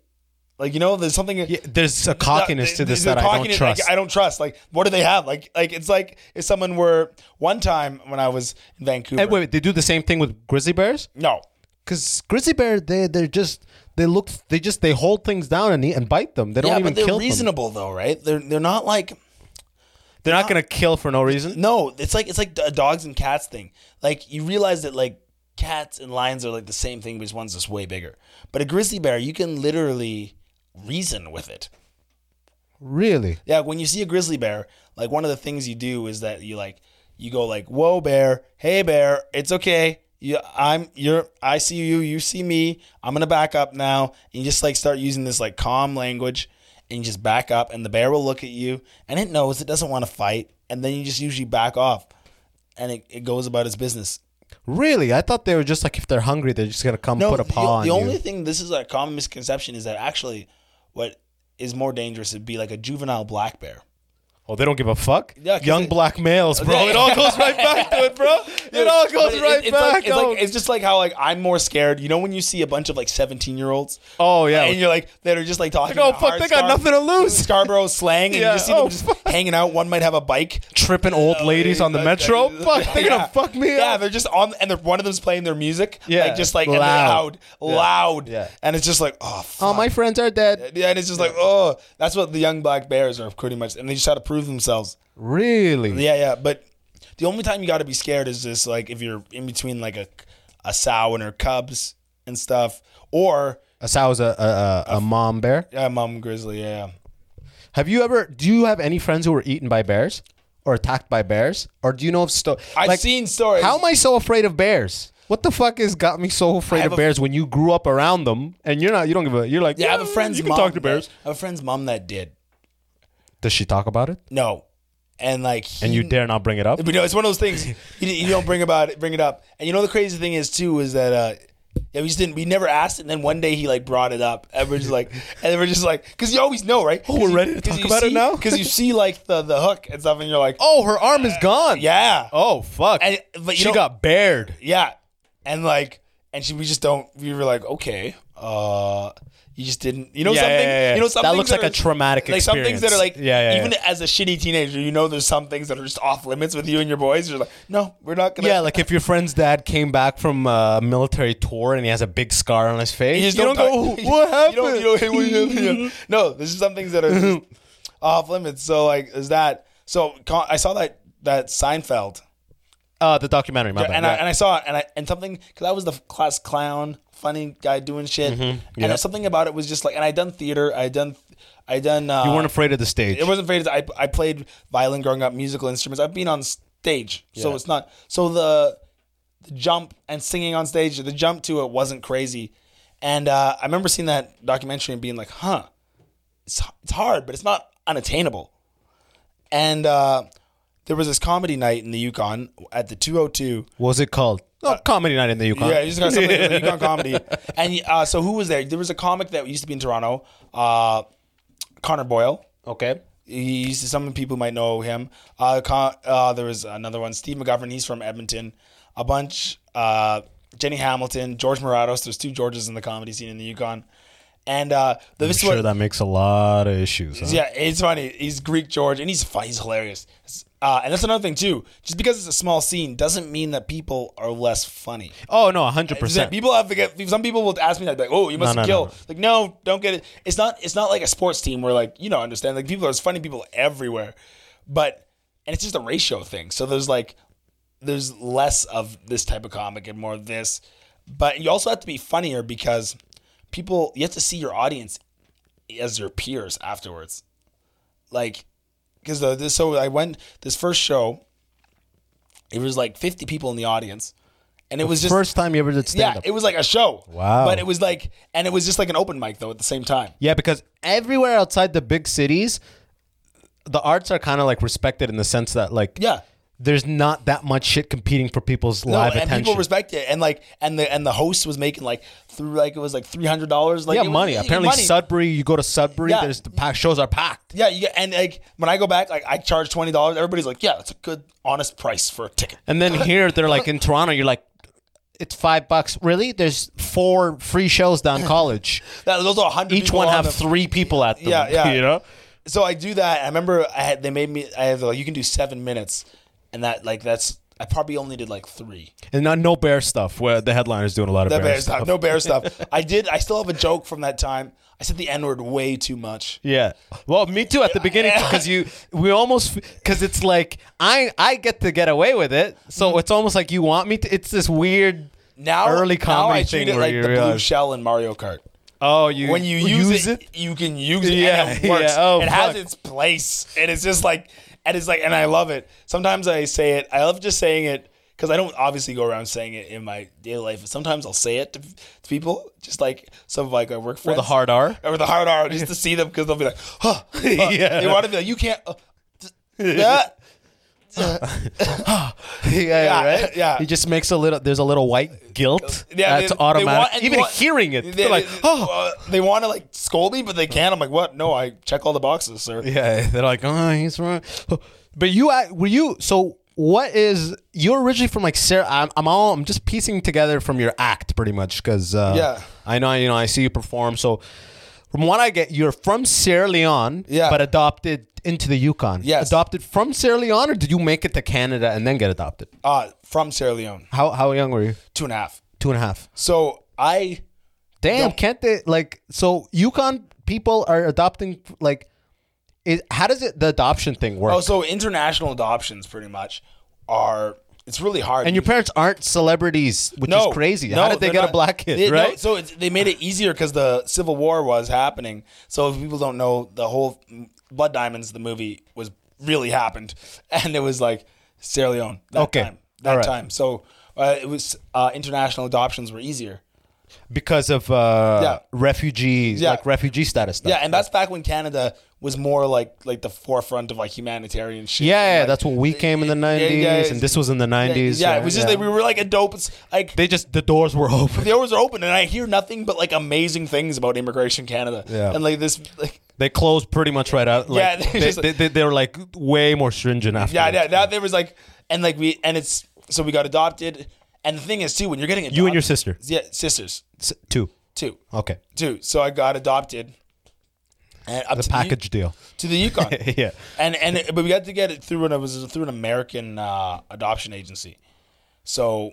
S4: like you know, there's something.
S3: Yeah, there's a cockiness to this
S4: They're
S3: that I don't
S4: cockiness,
S3: trust.
S4: Like, I don't trust. Like, what do they have? Like, like it's like if someone were one time when I was in Vancouver.
S3: Hey, wait, wait, they do the same thing with grizzly bears?
S4: no,
S3: Because grizzly bear, they they're just they look they just they hold things down and eat and bite them. They don't
S4: yeah,
S3: even
S4: but they're
S3: kill them.
S4: reasonable though, right? They're they're not like
S3: They're not gonna kill for no reason.
S4: No, it's like it's like a dogs and cats thing. Like you realize that like cats and lions are like the same thing, but just one's just way bigger. But a grizzly bear, you can literally reason with it.
S3: Really?
S4: Yeah, when you see a grizzly bear, like one of the things you do is that you like you go like, "Whoa, bear! Hey, bear! It's okay. You, I'm you're I see you. You see me. I'm gonna back up now." And you just like start using this like calm language, and you just back up, and the bear will look at you, and it knows it doesn't want to fight, and then you just usually back off, and it, it goes about its business.
S3: Really? I thought they were just like if they're hungry, they're just gonna come
S4: No,
S3: put a
S4: the-
S3: paw
S4: the,
S3: on
S4: only
S3: you.
S4: thing this is a common misconception is that actually what is more dangerous would be like a juvenile black bear.
S3: oh, they don't give a fuck.
S4: Yeah, 'cause
S3: Young
S4: they-
S3: black males, bro.
S4: Yeah.
S3: It all goes right back to it, bro. It all
S4: But
S3: goes right
S4: it's
S3: back.
S4: Like, it's,
S3: oh.
S4: like, it's just like how like I'm more scared. You know when you see a bunch of like 17 year olds.
S3: Oh, yeah.
S4: and you're like that are just like talking.
S3: Like, oh,
S4: about
S3: fuck,
S4: hard
S3: they got nothing to lose.
S4: Scarborough slang,
S3: Yeah,
S4: and you just see
S3: oh,
S4: them just
S3: fuck.
S4: hanging out. One might have a bike.
S3: Tripping old ladies on the metro. Fuck, they're
S4: Oh, Yeah.
S3: gonna fuck me
S4: Yeah,
S3: up.
S4: they're just on, and they're, one of them's playing their music.
S3: Yeah.
S4: like, just like and they're
S3: Loud.
S4: loud,
S3: Yeah.
S4: loud,
S3: Yeah.
S4: and it's just like oh, fuck.
S3: All my friends are dead.
S4: yeah, and it's just like oh, that's what the young black bears are pretty much, and they just try to prove themselves.
S3: Really?
S4: Yeah, yeah, but the only time you got to be scared is just like if you're in between like a a sow and her cubs and stuff, or
S3: A sow's a, a, a, a mom bear.
S4: yeah, mom grizzly, yeah.
S3: Have you ever? Do you have any friends who were eaten by bears or attacked by bears? Or do you know of sto-
S4: I've seen stories.
S3: How am I so afraid of bears? What the fuck has got me so afraid of
S4: have a-
S3: bears when you grew up around them and you're not? You don't give a. You're like "Mm,
S4: Yeah, I have a friend's
S3: You can
S4: mom.
S3: talk to
S4: that-
S3: bears.
S4: I have a friend's mom that did
S3: Does she talk about it?
S4: no, and like he,
S3: And you dare not bring it up.
S4: But no, it's one of those things you, you don't bring about bring it up. And you know the crazy thing is too is that uh, yeah, we just didn't we never asked, it, and then one day he like brought it up, and we're just like, and we're just like, because you always know, right? Oh,
S3: we're ready to talk about it now?
S4: because you see like the the hook and stuff, and you're like, oh
S3: Oh, her arm is gone.
S4: yeah,
S3: Oh fuck.
S4: And- but you
S3: she
S4: know-
S3: got bared.
S4: yeah, and like, and she we just don't we were like, okay, uh, you just didn't, you know
S3: Yeah,
S4: something,
S3: yeah, yeah.
S4: you know
S3: That
S4: something
S3: looks like a traumatic
S4: like some things that are like,
S3: experience. Yeah, yeah,
S4: even
S3: yeah.
S4: as a shitty teenager, you know, there's some things that are just off limits with you and your boys. You're like, no, we're not gonna.
S3: Yeah, like if your friend's dad came back from a military tour and he has a big scar on his face,
S4: you
S3: you,
S4: just
S3: don't,
S4: talk-
S3: go, "What happened?"
S4: You don't, you don't, hey, what happened?" no, there's just some things that are just off limits. So like, is that so? Con- I saw that that Seinfeld.
S3: uh, the documentary, my bad.
S4: and I
S3: yeah.
S4: and I saw it and I and something because I was the class clown, funny guy doing shit,
S3: Mm-hmm.
S4: and something about it was just like and I done theater, I done, I done. Uh,
S3: you weren't afraid of the stage.
S4: It wasn't afraid. I I played violin growing up, musical instruments. I've been on stage, so it's not so the, the jump and singing on stage. The jump to it wasn't crazy, and uh, I remember seeing that documentary and being like, huh, it's it's hard, but it's not unattainable, and. uh there was this comedy night in the Yukon at the 202
S3: What was it called? Oh, comedy night in the Yukon.
S4: Uh, yeah, you just got something like Yukon comedy. And uh, so who was there? There was a comic that used to be in Toronto, uh, Connor Boyle.
S3: okay.
S4: He used to, some people might know him. Uh, con- uh, there was another one, Steve McGovern. He's from Edmonton. A bunch. Uh, Jenny Hamilton, George Morados. There's two Georges in the comedy scene in the Yukon. And uh, the,
S3: I'm
S4: this is
S3: sure
S4: what-
S3: that makes a lot of issues. huh?
S4: yeah, it's funny. He's Greek George, and he's fun. He's hilarious. Uh, and that's another thing too. Just because it's a small scene doesn't mean that people are less funny.
S3: Oh no, hundred
S4: Is that
S3: percent.
S4: People have to get. Some people will ask me that, like, "Oh, you must
S3: No, no,
S4: kill."
S3: no.
S4: Like, no, don't get it. It's not. It's not like a sports team where, like, you know, understand. Like, people there's funny people everywhere, but and it's just a ratio thing. So there's like, there's less of this type of comic and more of this, but you also have to be funnier because people you have to see your audience as your peers afterwards, like, because this. So I went this first show. It was like 50 people in the audience. And it was just
S3: First time you ever did stand
S4: yeah,
S3: up.
S4: it was like a show.
S3: Wow.
S4: But it was like, and it was just like an open mic though at the same time.
S3: yeah, because everywhere outside the big cities, the arts are kind of like respected in the sense that like
S4: Yeah.
S3: there's not that much shit competing for people's
S4: No,
S3: live
S4: and
S3: attention.
S4: people respect it, and like, and the and the host was making like through like it was like three hundred dollars. Like
S3: yeah,
S4: it was-
S3: money.
S4: it was
S3: Apparently,
S4: money.
S3: Sudbury. You go to Sudbury,
S4: Yeah.
S3: there's the pack, shows are packed.
S4: Yeah, you get, and like when I go back, like I charge twenty dollars. Everybody's like, yeah, that's a good honest price for a ticket.
S3: And then here they're like in Toronto, you're like, it's five bucks. Really? There's four free shows down college.
S4: That, those are hundred.
S3: Each one have three people at them.
S4: Yeah, yeah.
S3: You know.
S4: So I do that. I remember I had they made me. I had like you can do seven minutes, and that like that's I probably only did like three.
S3: And not no bear stuff where the headliner's doing a lot of
S4: The
S3: bear,
S4: bear,
S3: stuff.
S4: stuff. No bear stuff. I did. I still have a joke from that time. I said the N word way too much.
S3: Yeah. Well, me too at the beginning because you we almost because it's like I I get to get away with it, so it's almost like you want me to. It's this weird
S4: Mm-hmm. Now,
S3: early
S4: now I
S3: comedy
S4: treat
S3: thing
S4: it
S3: where
S4: like
S3: you
S4: the blue
S3: realize,
S4: shell in Mario Kart.
S3: oh you
S4: When you use, it, you can use it.
S3: Yeah,
S4: Yeah, and it
S3: yeah.
S4: works.
S3: Oh,
S4: it
S3: fuck.
S4: has its place, and it's just like, and it's like, and I love it. Sometimes I say it. I love just saying it because I don't obviously go around saying it in my daily life. But sometimes I'll say it to, to people, just like some of like I work for
S3: the hard R.
S4: or the hard R, just to see them because they'll be like, huh, huh.
S3: Yeah.
S4: They want to be like, you can't. Uh, yeah.
S3: yeah,
S4: Yeah,
S3: right?
S4: yeah. Uh,
S3: He just makes a little. There's a little white guilt.
S4: Yeah,
S3: that's
S4: they- they
S3: automatic.
S4: want- and
S3: Even
S4: want-
S3: hearing it,
S4: they, uh,
S3: they're like, oh,
S4: they want to like scold me, but they can't. I'm like, what? No, I check all the boxes, sir.
S3: yeah. They're like, oh, he's wrong. But you act- were you so. What is you're originally from like Sarah? I'm, I'm all I'm just piecing together from your act pretty much because uh,
S4: Yeah.
S3: I know you know I see you perform. So from what I get, you're from Sierra Leone,
S4: Yeah.
S3: but adopted into the Yukon.
S4: Yes.
S3: adopted from Sierra Leone, or did you make it to Canada and then get adopted?
S4: Uh, from Sierra Leone,
S3: How how young were you?
S4: two and a half.
S3: Two and a half.
S4: So I,
S3: Damn,
S4: Don't-
S3: can't they like so Yukon people are adopting like is how does it the adoption thing work?
S4: oh, so international adoptions pretty much are. It's really hard.
S3: and your parents aren't celebrities, which is crazy.
S4: no,
S3: how did they
S4: they're
S3: get a
S4: not.
S3: black kid,
S4: They- no,
S3: right?
S4: so it's, they made it easier because the Civil War was happening. So if people don't know, the whole Blood Diamonds, the movie, was really happened, and it was like Sierra Leone. That
S3: Okay.
S4: time, that
S3: All right.
S4: time. So uh, it was uh, international adoptions were easier.
S3: because of uh
S4: Yeah.
S3: refugees,
S4: Yeah.
S3: like refugee status stuff.
S4: Yeah, and that's back when Canada was more like like the forefront of like humanitarian shit.
S3: yeah, yeah,
S4: Like,
S3: that's when we came in the
S4: yeah,
S3: nineties
S4: yeah,
S3: and this was in the
S4: yeah,
S3: nineties.
S4: Yeah, it was just like we were like a dope. It's like
S3: they just the doors were open.
S4: the doors are open, and I hear nothing but like amazing things about immigration Canada.
S3: Yeah.
S4: and like this, like
S3: They closed pretty much right out. Like,
S4: Yeah,
S3: they,
S4: they
S3: they,
S4: just-
S3: they- they were like way more stringent after.
S4: yeah, yeah. Now there was like, and like we, and it's so we got adopted. And the thing is too, when you're getting adopted,
S3: You and your sister.
S4: yeah, sisters.
S3: S- two.
S4: Two.
S3: Okay.
S4: Two. So I got adopted. And up
S3: The
S4: to
S3: package deal.
S4: to the Yukon.
S3: Yeah.
S4: And and it- but we got to get it through an it was through an American uh, adoption agency. So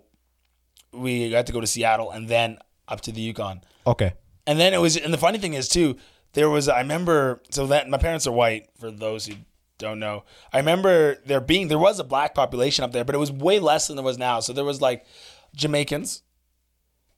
S4: we got to go to Seattle and then up to the Yukon.
S3: Okay.
S4: And then it was and the funny thing is too, there was I remember so that my parents are white for those who don't know. I remember there being there was a black population up there, but it was way less than there was now. So there was like Jamaicans.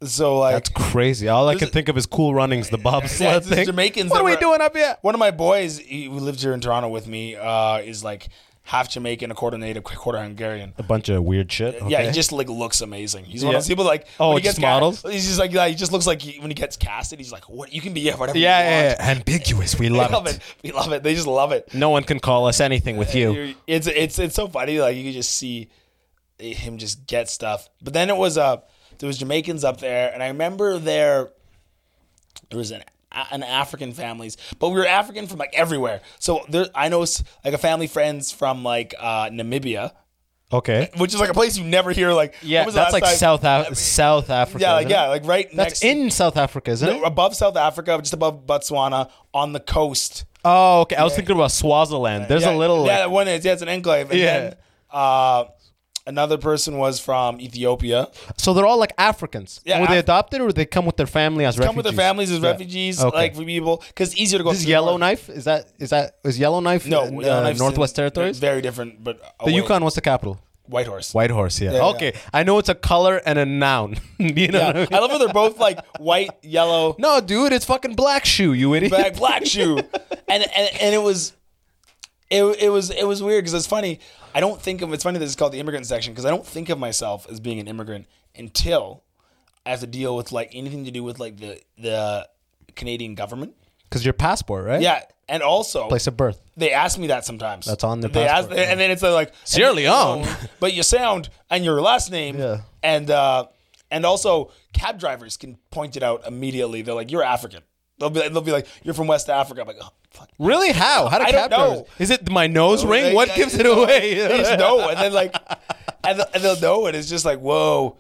S4: So like
S3: That's crazy. All I can
S4: There's a-
S3: think of is cool runnings, the bobsled
S4: Yeah, it's
S3: thing.
S4: Jamaicans
S3: What
S4: that
S3: are we
S4: were-
S3: doing up here?
S4: One of my boys he, who lived here in Toronto with me uh, is like half Jamaican, a quarter Native, a quarter Hungarian.
S3: A bunch of weird shit. Okay.
S4: Yeah, he just like looks amazing. He's one
S3: Yeah.
S4: of those people like
S3: Oh,
S4: when he
S3: just
S4: gets ca-
S3: models?
S4: he's just like yeah, he just looks like he, when he gets casted, he's like what you can be yeah, whatever. you
S3: Yeah, yeah,
S4: want.
S3: yeah. Ambiguous. We
S4: We
S3: love,
S4: love
S3: it.
S4: it. We love it. They just love it.
S3: No one can call us anything with you.
S4: You're- It's it's it's so funny. Like you can just see him just get stuff. But then it was uh, there was Jamaicans up there, and I remember there there was an an African families, but we were African from like everywhere. So there, I know s- like a family friends from like uh, Namibia,
S3: Okay.
S4: which is like a place you never hear. Like
S3: Yeah,
S4: when was the
S3: that's
S4: last
S3: like
S4: time-
S3: South Af- South Africa.
S4: Yeah, like
S3: isn't it?
S4: yeah, like right
S3: That's
S4: next
S3: in South Africa, isn't it?
S4: above South Africa, just above Botswana on the coast.
S3: Oh, okay. I was thinking about Swaziland. There's
S4: yeah,
S3: a little.
S4: yeah,
S3: like-
S4: that one is yeah, it's an enclave. And
S3: Yeah.
S4: Then, uh, another person was from Ethiopia.
S3: so they're all like Africans.
S4: Yeah,
S3: were they
S4: Af-
S3: adopted or they come with their family as
S4: Come
S3: refugees?
S4: with their families as
S3: Yeah.
S4: refugees,
S3: Okay.
S4: like for people, because easier to go.
S3: This is
S4: through the
S3: Yellow
S4: north.
S3: Knife. Is that is that is Yellow Knife?
S4: No,
S3: in,
S4: Yellow
S3: uh,
S4: Knife's
S3: Northwest
S4: in-
S3: Territories.
S4: Very different, but
S3: The
S4: away.
S3: Yukon. What's the capital?
S4: White Horse.
S3: Oh, White Horse. Yeah. okay. I know it's a color and a noun. you know. What I
S4: Yeah.
S3: mean?
S4: I love how they're both like white, yellow,
S3: No, dude, it's fucking black shoe. You idiot.
S4: black, black shoe, and and, and it was. It, it was it was weird because it's funny. I don't think of it's funny that it's called the immigrant section because I don't think of myself as being an immigrant until I have to deal with like anything to do with like the the Canadian government.
S3: Because your passport, right?
S4: Yeah, and also
S3: Place of birth.
S4: they ask me that sometimes.
S3: That's on their
S4: They ask,
S3: passport, yeah.
S4: and then it's like
S3: Sierra
S4: and-
S3: Leone.
S4: but your sound and your last name,
S3: Yeah.
S4: and uh, and also cab drivers can point it out immediately. They're like, "You're African." They'll be, they'll be like, "You're from West Africa." I'm like, "Oh, fuck."
S3: Really? How? How do
S4: I don't
S3: captors-
S4: know. Oh,
S3: Is it my nose ring?
S4: They-
S3: what
S4: they-
S3: gives it
S4: they-
S3: away?
S4: They just know, and then like, and, they'll- and they'll know, and it's just like, whoa,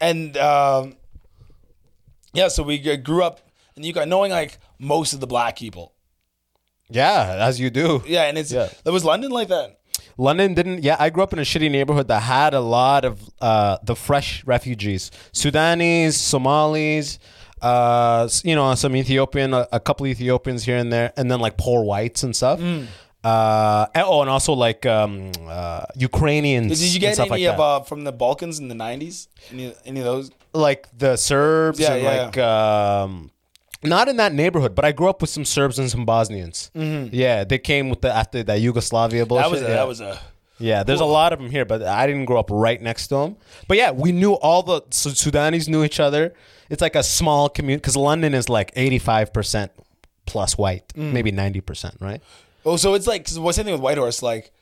S4: and um, yeah. So we g- grew up in the Yukon, knowing like most of the black people.
S3: Yeah, as you do.
S4: Yeah, and it's
S3: Yeah.
S4: it was London like that.
S3: London didn't. Yeah, I grew up in a shitty neighborhood that had a lot of uh, the fresh refugees, Sudanese, Somalis, uh, s- you know, some Ethiopian, a, a couple Ethiopians here and there, and then like poor whites and stuff.
S4: Mm.
S3: Uh, and- oh, and also like um, uh, Ukrainians.
S4: Did you
S3: and
S4: get
S3: stuff
S4: any
S3: like
S4: of
S3: that.
S4: uh, from the Balkans in the '90s? Any, any of those?
S3: like the Serbs
S4: uh, Yeah,
S3: and
S4: yeah,
S3: like um not in that neighborhood, but I grew up with some Serbs and some Bosnians. Mm-hmm. Yeah, they came with the after that Yugoslavia bullshit.
S4: That was a,
S3: yeah.
S4: that was a
S3: yeah. There's a lot of them here, but I didn't grow up right next to them. But yeah, we knew all the so Sudanese knew each other. It's like a small community because London is like 85 percent plus white, maybe 90 percent, right?
S4: oh, so it's like cause what's the thing with Whitehorse? Like,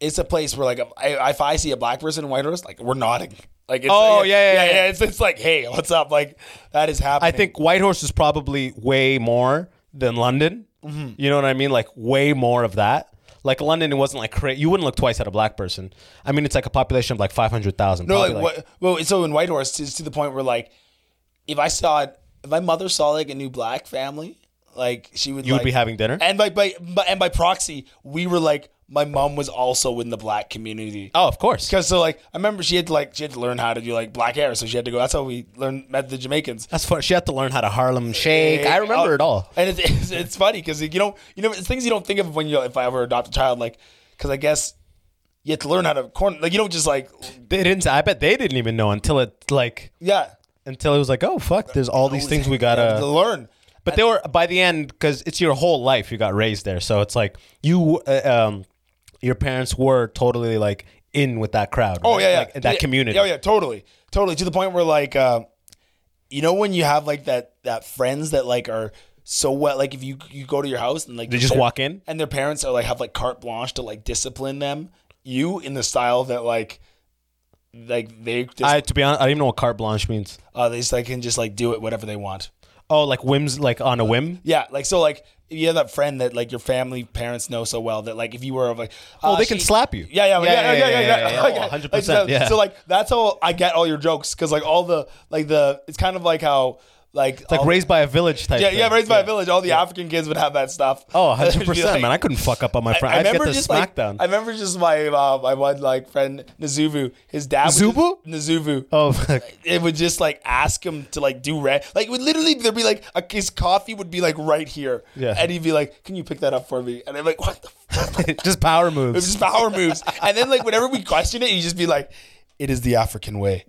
S4: it's a place where like I, if I see a black person in Whitehorse, like we're nodding. Like, it's,
S3: Oh, yeah, yeah, yeah.
S4: It's it's like hey, what's up? Like that is
S3: I
S4: happening.
S3: think Whitehorse is probably way more than London. You know what I mean? Like way more of that. Like London, it wasn't like cra- you wouldn't look twice at a black person. I mean, it's like a population of like five hundred thousand.
S4: no, like, what? Well, so in Whitehorse, it's to the point where like if I saw it, if my mother saw like a new black family, like she would
S3: you
S4: like-
S3: would be having dinner.
S4: and by, by by and by proxy, we were like my mom was also in the black community.
S3: oh, of course.
S4: Because so like I remember she had to like she had to learn how to do like black hair, so she had to go. That's how we learned met the Jamaicans.
S3: That's fun. She had to learn how to Harlem shake. I remember
S4: Oh,
S3: it all.
S4: and it's it's, it's funny because you don't you know it's things you don't think of when you if I ever adopt a child like because I guess you have to learn how to corn like you don't just like
S3: They didn't. I bet they didn't even know until it like
S4: yeah
S3: until it was like, oh fuck, there's all these things we gotta
S4: to learn.
S3: But they were by the end because it's your whole life you got raised there, so it's like you, uh, um, your parents were totally like in with that crowd.
S4: Oh
S3: right?
S4: yeah, yeah.
S3: Like, that
S4: Yeah,
S3: community.
S4: Oh yeah, totally, totally. To the point where like, uh, you know, when you have like that that friends that like are so well, like if you you go to your house and like
S3: They just
S4: their-
S3: walk in?
S4: and their parents are like have like carte blanche to like discipline them, you in the style that like. Like they, just,
S3: I to be honest, I don't even know what carte blanche means.
S4: uh, they just like can just like do it whatever they want.
S3: Oh, like whims, like on a whim.
S4: Yeah, like so, like if you have that friend that like your family parents know so well that like if you were of like,
S3: Oh,
S4: uh,
S3: they can
S4: she-
S3: slap you.
S4: Yeah, yeah, yeah, yeah, yeah, yeah,
S3: yeah, yeah. Oh, 100%,
S4: Like, so-
S3: yeah.
S4: So like that's how I get all your jokes because like all the like the it's kind of like how Like
S3: It's like
S4: all-
S3: raised by a village type.
S4: oh. Yeah,
S3: thing.
S4: yeah, raised by a village. All the African kids would have that stuff.
S3: Oh,
S4: And it'd
S3: 100
S4: be
S3: percent,
S4: like-
S3: man. I couldn't fuck up on my friend.
S4: I
S3: I'd get the
S4: remember just
S3: smackdown.
S4: like I remember just my uh, my one like friend Nazuvu. His dad was
S3: Zubu?
S4: Nazuvu.
S3: oh, fuck.
S4: It would just like ask him to like do red. Like it would literally there'd be like a, his coffee would be like right here.
S3: Yeah.
S4: And he'd be like, "Can you pick that up for me?" And I'm like, "What the?" Fuck? it
S3: just power
S4: was
S3: moves.
S4: just power moves. And then like whenever we question it, he'd just be like, "It is the African way."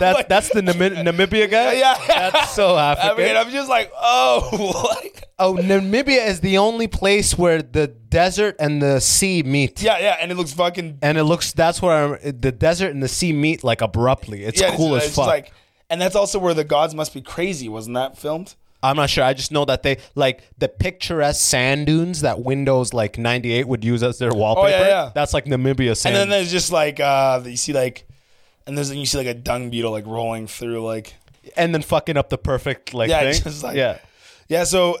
S3: That, that's the Nami- Namibia guy.
S4: Yeah.
S3: that's so
S4: I
S3: African.
S4: mean, I'm just like, oh, what?
S3: oh, Namibia is the only place where the desert and the sea meet.
S4: Yeah, yeah, and it looks fucking
S3: and it looks. That's where I'm, the desert and the sea meet like abruptly. It's
S4: yeah,
S3: cool
S4: it's,
S3: as
S4: it's
S3: fuck.
S4: Like, and that's also where the gods must be crazy. Wasn't that filmed?
S3: I'm not sure. I just know that they like the picturesque sand dunes that Windows like 98 would use as their wallpaper.
S4: Oh, yeah.
S3: That's like Namibia
S4: And
S3: sand.
S4: then there's just like uh, you see like, and there's you see like a dung beetle like rolling through like
S3: and then fucking up the perfect like
S4: yeah,
S3: thing.
S4: just like
S3: yeah.
S4: yeah. So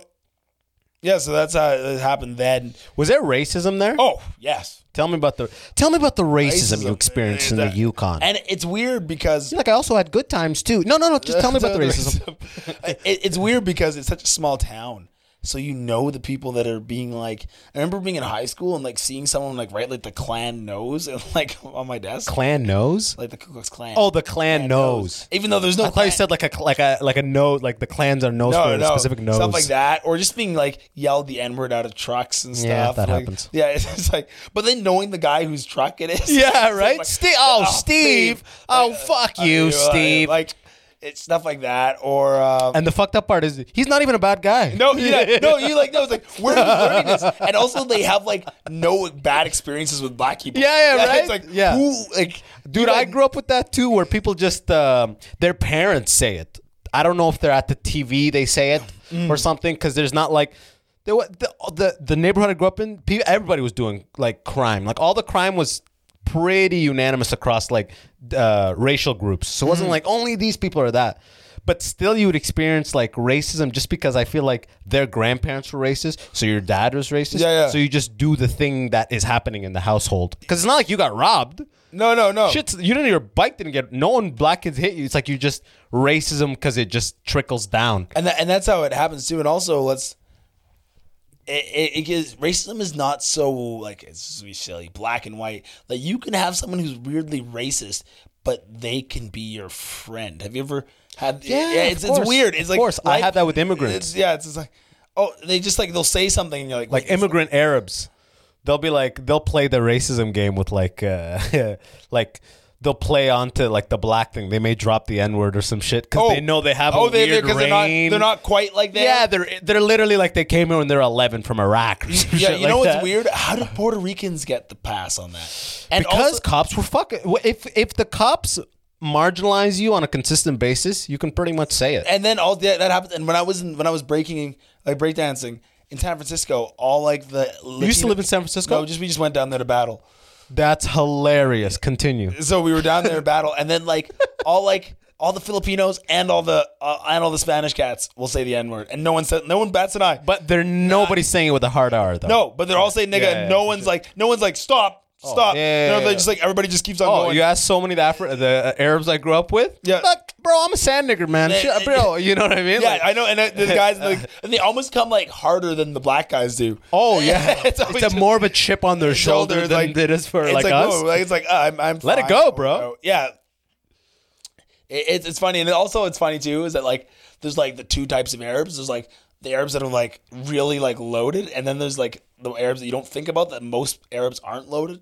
S4: yeah, so that's how it happened then.
S3: Was there racism there?
S4: Oh yes,
S3: Tell me about the tell me about the racism, you
S4: Racism.
S3: experienced in
S4: Uh,
S3: the Yukon.
S4: and it's weird because
S3: You're like I also had good times too. No, no, no. Just tell me about the racism.
S4: it, it's weird because it's such a small town. So you know the people that are being like. I remember being in high school and like seeing someone like write like the Klan nose and like on my desk,
S3: Clan nose.
S4: like the Ku Klux Klan.
S3: Oh, the clan nose.
S4: Even though there's no.
S3: I thought you said like a like a like a nose like the clans are nose for
S4: no,
S3: a
S4: no,
S3: specific nose.
S4: stuff like that, or just being like yelled the n word out of trucks and stuff.
S3: Yeah, that
S4: Like,
S3: happens.
S4: Yeah, it's, it's like, but then knowing the guy whose truck it is.
S3: Yeah,
S4: It's
S3: right.
S4: like,
S3: Steve. Oh, Steve. Oh,
S4: like,
S3: fuck
S4: uh,
S3: you, Steve.
S4: Like, it's stuff like that, or uh,
S3: and the fucked up part is he's not even a bad guy.
S4: No, he like, no, he like, no, it's like, where are you learning this? And also, they have like no bad experiences with black people.
S3: Yeah, yeah, right?
S4: It's like,
S3: Yeah.
S4: who, like,
S3: Dude, I grew up with that too, where people just um, their parents say it. I don't know if they're at the TV they say it
S4: Mm.
S3: or something because there's not like there wa- the, the the neighborhood I grew up in. pe everybody was doing like crime. Like all the crime was pretty unanimous across like uh, racial groups. So it
S4: Mm.
S3: wasn't like only these people are that. But still, you would experience like racism just because I feel like their grandparents were racist, so your dad was racist.
S4: Yeah, yeah.
S3: So you just do the thing that is happening in the household because it's not like you got robbed.
S4: No, no, no.
S3: Shit's you didn't your bike didn't get no one black kids hit you. It's like you just racism because it just trickles down.
S4: And, that, and that's how it happens too. And also, let's. It, it, it is racism is not so like it's we silly black and white. Like you can have someone who's weirdly racist, but they can be your friend. Have you ever had?
S3: Yeah, of
S4: it's,
S3: course.
S4: it's weird. It's
S3: Of
S4: like
S3: course. I
S4: life-
S3: had that with immigrants.
S4: It's, yeah, it's just like oh, they just like they'll say something and you're like
S3: Like
S4: wait,
S3: immigrant Arabs, they'll be like they'll play the racism game with like uh, like they'll play onto like the black thing. They may drop the n word or some shit because they know Oh. they have a weird
S4: oh, they're not
S3: reign.
S4: they're not quite like that.
S3: yeah, they're they're literally like they came here when they're 11 from Iraq. Or some
S4: yeah.
S3: shit
S4: You know
S3: like
S4: what's
S3: that.
S4: weird? How did Puerto Ricans get the pass on that? And
S3: because
S4: also,
S3: cops were fucking. If if the cops marginalize you on a consistent basis, you can pretty much say it.
S4: and then all that, that happened. And when I was in, when I was breaking like breakdancing in San Francisco, all like the you
S3: used to live in San Francisco?
S4: No, just we just went down there to battle.
S3: That's hilarious. Continue.
S4: So we were down there to battle, and then like all like. All the Filipinos and all the uh, and all the Spanish cats will say the N word, and no one said no one bats an eye.
S3: But there nobody's saying it with a hard R though.
S4: No, but they're all saying nigga,
S3: Yeah,
S4: and
S3: yeah, Oh,
S4: no one's like, no one's like, stop, stop.
S3: yeah, yeah,
S4: no, they're
S3: yeah.
S4: just like everybody just keeps on
S3: Oh,
S4: going.
S3: you ask so many of the, Afri- the uh, Arabs I grew up with.
S4: Yeah.
S3: Look, bro, I'm a sand nigger, man.
S4: Yeah,
S3: Shit, bro, you know what I mean?
S4: Yeah,
S3: Like,
S4: I know, and uh, the guys like, and they almost come like harder than the black guys do.
S3: oh yeah, it's,
S4: It's always
S3: a
S4: just-
S3: more of a chip on their shoulder,
S4: Shoulders,
S3: than it is for
S4: it's
S3: like, us.
S4: no, like, it's like uh, I'm, I'm
S3: Let it
S4: fine.
S3: go,
S4: Oh,
S3: bro.
S4: Yeah, It- it's it's funny, and also it's funny too is that like there's like the two types of Arabs. There's like the Arabs that are like really like loaded, and then there's like the Arabs that you don't think about that most Arabs aren't loaded.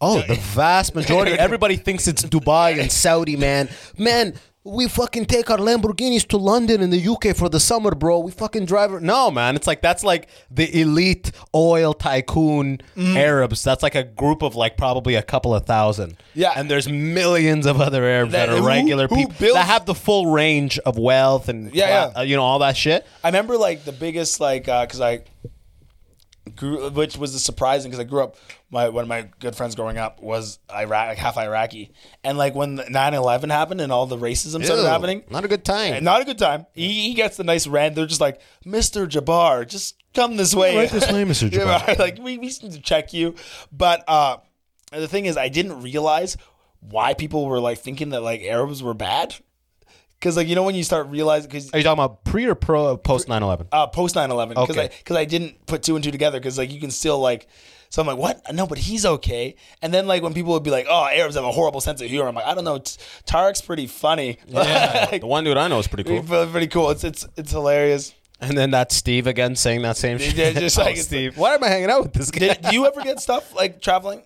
S3: Oh, the vast majority. Everybody thinks it's Dubai and Saudi, man. Man, we fucking take our Lamborghinis to London and the UK for the summer, bro. We fucking drive. ar- No, man. It's like that's like the elite oil tycoon Arabs. That's like a group of like probably a couple of thousand.
S4: Yeah.
S3: And there's millions of other Arabs that,
S4: That-
S3: are
S4: who-
S3: regular
S4: who
S3: people
S4: builds-
S3: that have the full range of wealth and
S4: Yeah, yeah.
S3: uh, you know all that shit.
S4: I remember like the biggest like uh 'cause cause I grew, which was surprising because I grew up. My one of my good friends growing up was Iraq, like half Iraqi, and like when 9-11 happened and all the racism started
S3: Ew,
S4: happening,
S3: Not a good time.
S4: and not a good time. He, he gets the nice rant. They're just like, Mister Jabbar, just come this way.
S3: right this way, Mr.
S4: Yeah,
S3: Jabbar.
S4: right. like we, we just need to check you. But uh, the thing is, I didn't realize why people were like thinking that like Arabs were bad. because like you know when you start realizing because
S3: Are you talking about pre or pro post 9/11?
S4: uh, post 9-11 because
S3: Okay.
S4: I, 'cause I didn't put two and two together because like you can still like so I'm like what no but he's okay and then like when people would be like oh Arabs have a horrible sense of humor I'm like I don't know T- Tarek's pretty funny
S3: Yeah,
S4: Like,
S3: the one dude I know is pretty cool.
S4: he's pretty cool it's it's it's hilarious
S3: And then that's Steve again saying that same shit.
S4: yeah, just
S3: Oh,
S4: like-
S3: Steve. Why am I hanging out with this guy?
S4: did do you ever get stuff like traveling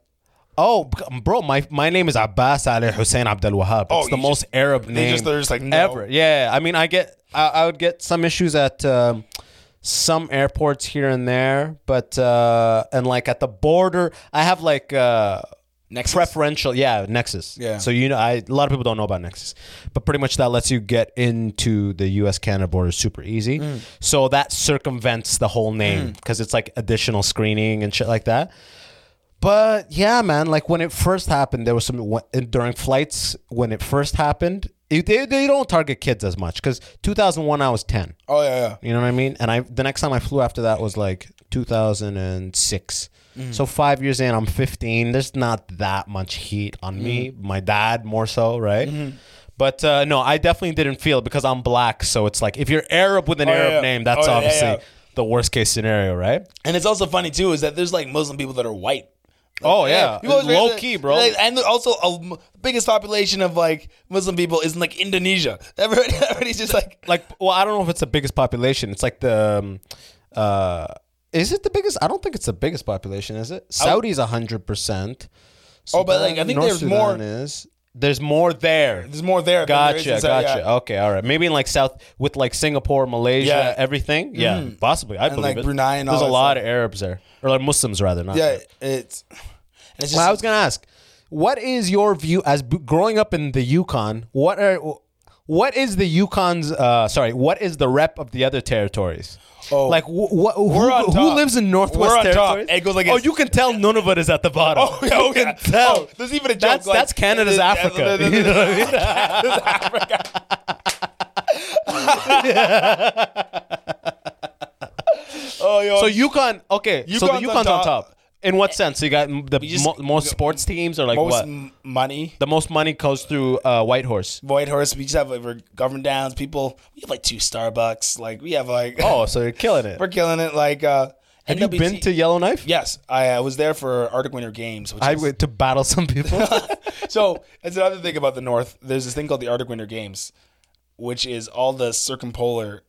S3: Oh, b- bro, my, my name is Abbas Ali Hussein Abdel Wahab. It's
S4: Oh,
S3: the
S4: you
S3: most Arab name
S4: just- they're just like, no.
S3: ever. Yeah, I mean, I get I, I would get some issues at um, some airports here and there, but uh, and like at the border, I have like uh,
S4: Nexus?
S3: preferential, yeah, Nexus.
S4: Yeah.
S3: So you know, I, a lot of people don't know about Nexus, but pretty much that lets you get into the U.S. Canada border super easy.
S4: Mm.
S3: So that circumvents the whole name because it's like additional screening and shit like that. But yeah, man, like when it first happened, there was some wh- during flights when it first happened. it- They, they don't target kids as much because 2001 I was 10.
S4: oh yeah yeah
S3: You know what I mean? And I the next time I flew after that was like 2006.
S4: Mm.
S3: So five years in, I'm 15. There's not that much heat on me.
S4: Mm.
S3: My dad more so, right?
S4: Mm-hmm.
S3: But uh, no, I definitely didn't feel it because I'm black. So it's like if you're Arab with an
S4: Oh, yeah,
S3: Arab
S4: yeah.
S3: name, that's
S4: Oh, yeah, yeah,
S3: obviously
S4: yeah.
S3: the worst case scenario, right?
S4: and it's also funny too is that there's like Muslim people that are white
S3: oh yeah,
S4: You always
S3: low
S4: forget that-
S3: key, bro.
S4: like, and also, a m- biggest population of like Muslim people is in like Indonesia. Everybody, everybody's just like,
S3: like well i don't know if it's the biggest population it's like the um, uh is it the biggest i don't think it's the biggest population is it saudi's 100%
S4: Oh, but, like, I think there's more-
S3: is there's more there
S4: there's more there. than there is
S3: gotcha
S4: inside-
S3: gotcha
S4: yeah.
S3: okay all right maybe in like south with like singapore malaysia
S4: Yeah.
S3: everything yeah possibly i believe
S4: like,
S3: it.
S4: Brunei and all
S3: there's a
S4: that
S3: lot of arabs there or like muslims rather not
S4: Yeah,
S3: Arab.
S4: it's. and it's just,
S3: well, i was gonna ask what is your view as b- growing up in the yukon what are what is the Yukon's? Uh, sorry, what is the rep of the other territories?
S4: Oh.
S3: like wh- wh- who,
S4: We're on
S3: who
S4: top.
S3: lives in Northwest
S4: We're on top.
S3: Territories?
S4: It goes like
S3: oh,
S4: it's-
S3: you can tell none of it is at the bottom.
S4: Oh, yeah, oh,
S3: you
S4: yeah.
S3: can tell.
S4: Oh, there's even a joke.
S3: that's
S4: like,
S3: that's Canada's
S4: the-
S3: Africa.
S4: the- the-
S3: You know what I mean?
S4: oh, yo,
S3: So Yukon, okay, so the
S4: Yukon's on
S3: Yukon's on
S4: top.
S3: top. In what sense? You got m- the
S4: just-
S3: mo- most sports teams, or like
S4: most
S3: what?
S4: m- money.
S3: the most money goes through uh, Whitehorse.
S4: Void horse. We just have like we're government downs. People. We have like two Starbucks. Like we have like.
S3: Oh, so you're killing it.
S4: we're killing it. Like. uh
S3: Have you been to Yellowknife?
S4: Yes, I, I was there for Arctic Winter Games. Which
S3: I
S4: is,
S3: went to battle some people.
S4: so that's another thing about the North. There's this thing called the Arctic Winter Games, which is all the circumpolar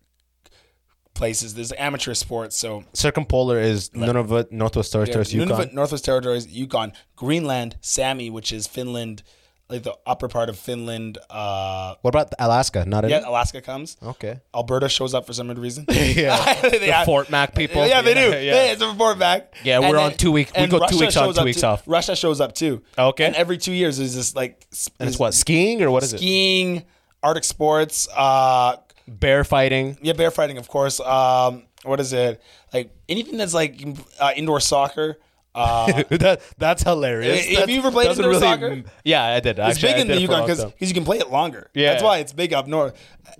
S4: places. There's amateur sports, so
S3: Circumpolar is Nunavut, Northwest Territories, Yukon.
S4: Nunavut, Northwest Territories, Yukon, Greenland, Sami, which is Finland, like the upper part of Finland. Uh,
S3: What about Alaska? Not in
S4: yeah, Alaska comes.
S3: Okay.
S4: Alberta shows up for some reason.
S3: Yeah.
S4: They
S3: The
S4: have-
S3: Fort Mac people.
S4: Yeah, they do.
S3: Yeah, yeah.
S4: Yeah, it's a report back.
S3: Yeah,
S4: And
S3: we're on two week- we
S4: and
S3: go two
S4: Russia
S3: weeks on,
S4: shows
S3: two
S4: up
S3: weeks
S4: too.
S3: off.
S4: Russia shows up too.
S3: Okay.
S4: And every two years is this like
S3: And it's what skiing or what is it?
S4: skiing, Arctic sports, uh,
S3: Bear fighting.
S4: yeah, bear fighting, of course. Um, what is it? Like anything that's like uh, indoor soccer. Uh,
S3: that, that's hilarious.
S4: Have you ever played
S3: doesn't
S4: indoor
S3: really-
S4: soccer?
S3: Yeah, I did.
S4: it's
S3: Actually, I
S4: big
S3: did
S4: in the
S3: for a
S4: Yukon
S3: long
S4: because
S3: time.
S4: you can play it longer.
S3: Yeah.
S4: that's why it's big up north.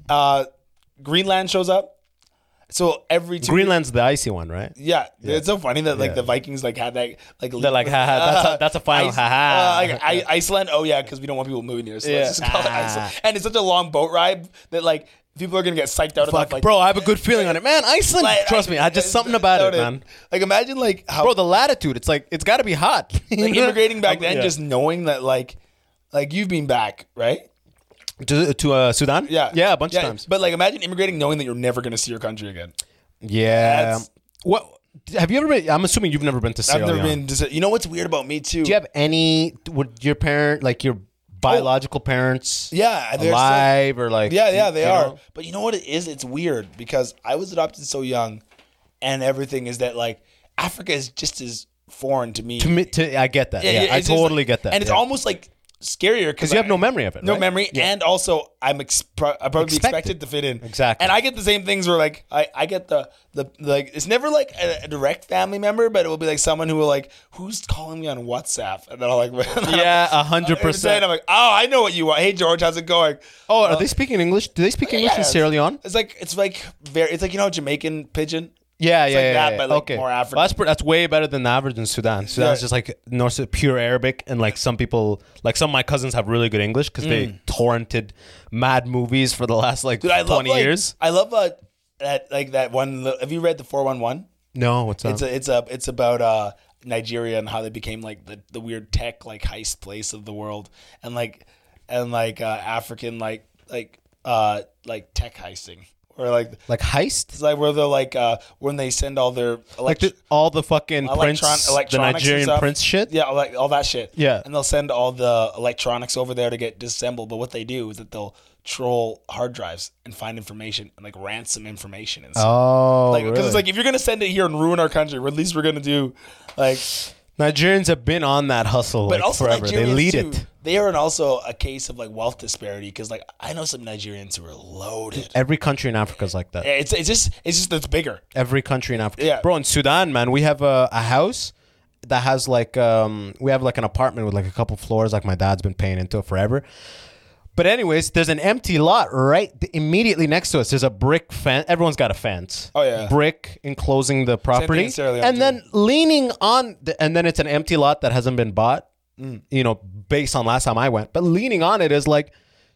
S4: Uh, Greenland shows up, so every two
S3: Greenland's the icy one, right?
S4: Yeah, it's so funny that like
S3: Yeah.
S4: the Vikings like had that like
S3: They're like, haha, that's a- that's a final, haha.
S4: uh, like, I, Iceland, oh yeah, because we don't want people moving here, so
S3: Yeah.
S4: let's just call it
S3: Ah.
S4: Iceland. And it's such a long boat ride that like people are gonna get psyched out about
S3: Fuck,
S4: like
S3: bro, I have a good feeling on it, man. Iceland,
S4: like,
S3: trust me, I just something about it, man.
S4: Like imagine like how
S3: Bro, the latitude, it's like it's got to be hot.
S4: like, immigrating back then,
S3: Yeah.
S4: just knowing that like like you've been back, right?
S3: to, to uh, Sudan.
S4: Yeah,
S3: yeah, a bunch of times.
S4: But like imagine immigrating knowing that you're never gonna see your country again.
S3: Yeah.
S4: That's-
S3: What have you ever been? I'm assuming you've never been to
S4: I've
S3: Sierra
S4: never
S3: Leone.
S4: been. Dis- you know what's weird about me too?
S3: Do you have any? Would your parent, like your biological parents,
S4: yeah, there's, like-
S3: alive or like?
S4: Yeah, yeah, they
S3: you
S4: are.
S3: know?
S4: But you know what it is? It's weird because I was adopted so young, and everything is that like Africa is just as foreign to me.
S3: To me, to, I get that. Yeah, I
S4: it's just, like-
S3: totally get that.
S4: and it's
S3: yeah.
S4: almost like scarier because
S3: you have no memory of it,
S4: No
S3: right?
S4: memory, and also I'm expr- I probably
S3: Expected.
S4: expected. to fit in
S3: Exactly.
S4: And I get the same things where like I, I get the the like it's never like a, a direct family member, but it will be like someone who will like who's calling me on WhatsApp, and then I'll like
S3: Yeah, a hundred
S4: Every day,
S3: percent.
S4: I'm like, oh, I know what you want. Hey, George, how's it going?
S3: Oh, are they speaking English? Do they speak English in
S4: Yes.
S3: Sierra Leone?
S4: It's like it's like very it's like you know Jamaican pigeon.
S3: Yeah, yeah,
S4: like
S3: yeah,
S4: that,
S3: yeah.
S4: but, like,
S3: okay.
S4: more
S3: Well,
S4: African.
S3: that's, pr- that's way better than the average in Sudan. Sudan's just like North pure Arabic, and like some people, like some of my cousins have really good English because they torrented mad movies for the last like
S4: Mm. Dude, I love,
S3: twenty
S4: like-
S3: years.
S4: I love uh, that like that one. li- Have you read the four one one?
S3: No, what's that?
S4: It's a, it's a it's about uh Nigeria and how they became like the, the weird tech like heist place of the world and like and like uh, African like like uh like tech heisting or like
S3: like heist.
S4: it's like where they're like uh when they send all their
S3: like
S4: elect-
S3: the, all the fucking
S4: electron
S3: prince,
S4: electronics
S3: the
S4: and
S3: Nigerian
S4: stuff.
S3: prince shit.
S4: Yeah, like all that shit.
S3: Yeah.
S4: and they'll send all the electronics over there to get disassembled. But what they do is that they'll troll hard drives and find information and like ransom information and stuff.
S3: Oh,
S4: like,
S3: really?
S4: it's like if you're gonna send it here and ruin our country, well, at least we're gonna do like.
S3: Nigerians have been on that hustle
S4: But
S3: like
S4: also,
S3: forever.
S4: Nigerians
S3: They lead
S4: too,
S3: it.
S4: They are an- also a case of like wealth disparity because like I know some Nigerians who are loaded.
S3: Every country in Africa is like that.
S4: It's it's just it's just it's bigger.
S3: Every country in Africa.
S4: Yeah.
S3: Bro, in Sudan, man, we have a, a house that has like um we have like an apartment with like a couple floors like my dad's been paying into it forever. But anyways, there's an empty lot right th- immediately next to us. There's a brick fence. Everyone's got a fence.
S4: Oh, yeah.
S3: Brick enclosing the property.
S4: in Sierra Leone,
S3: and
S4: too.
S3: then leaning on the, and then it's an empty lot that hasn't been bought.
S4: Mm.
S3: You know, based on last time I went. But leaning on it is like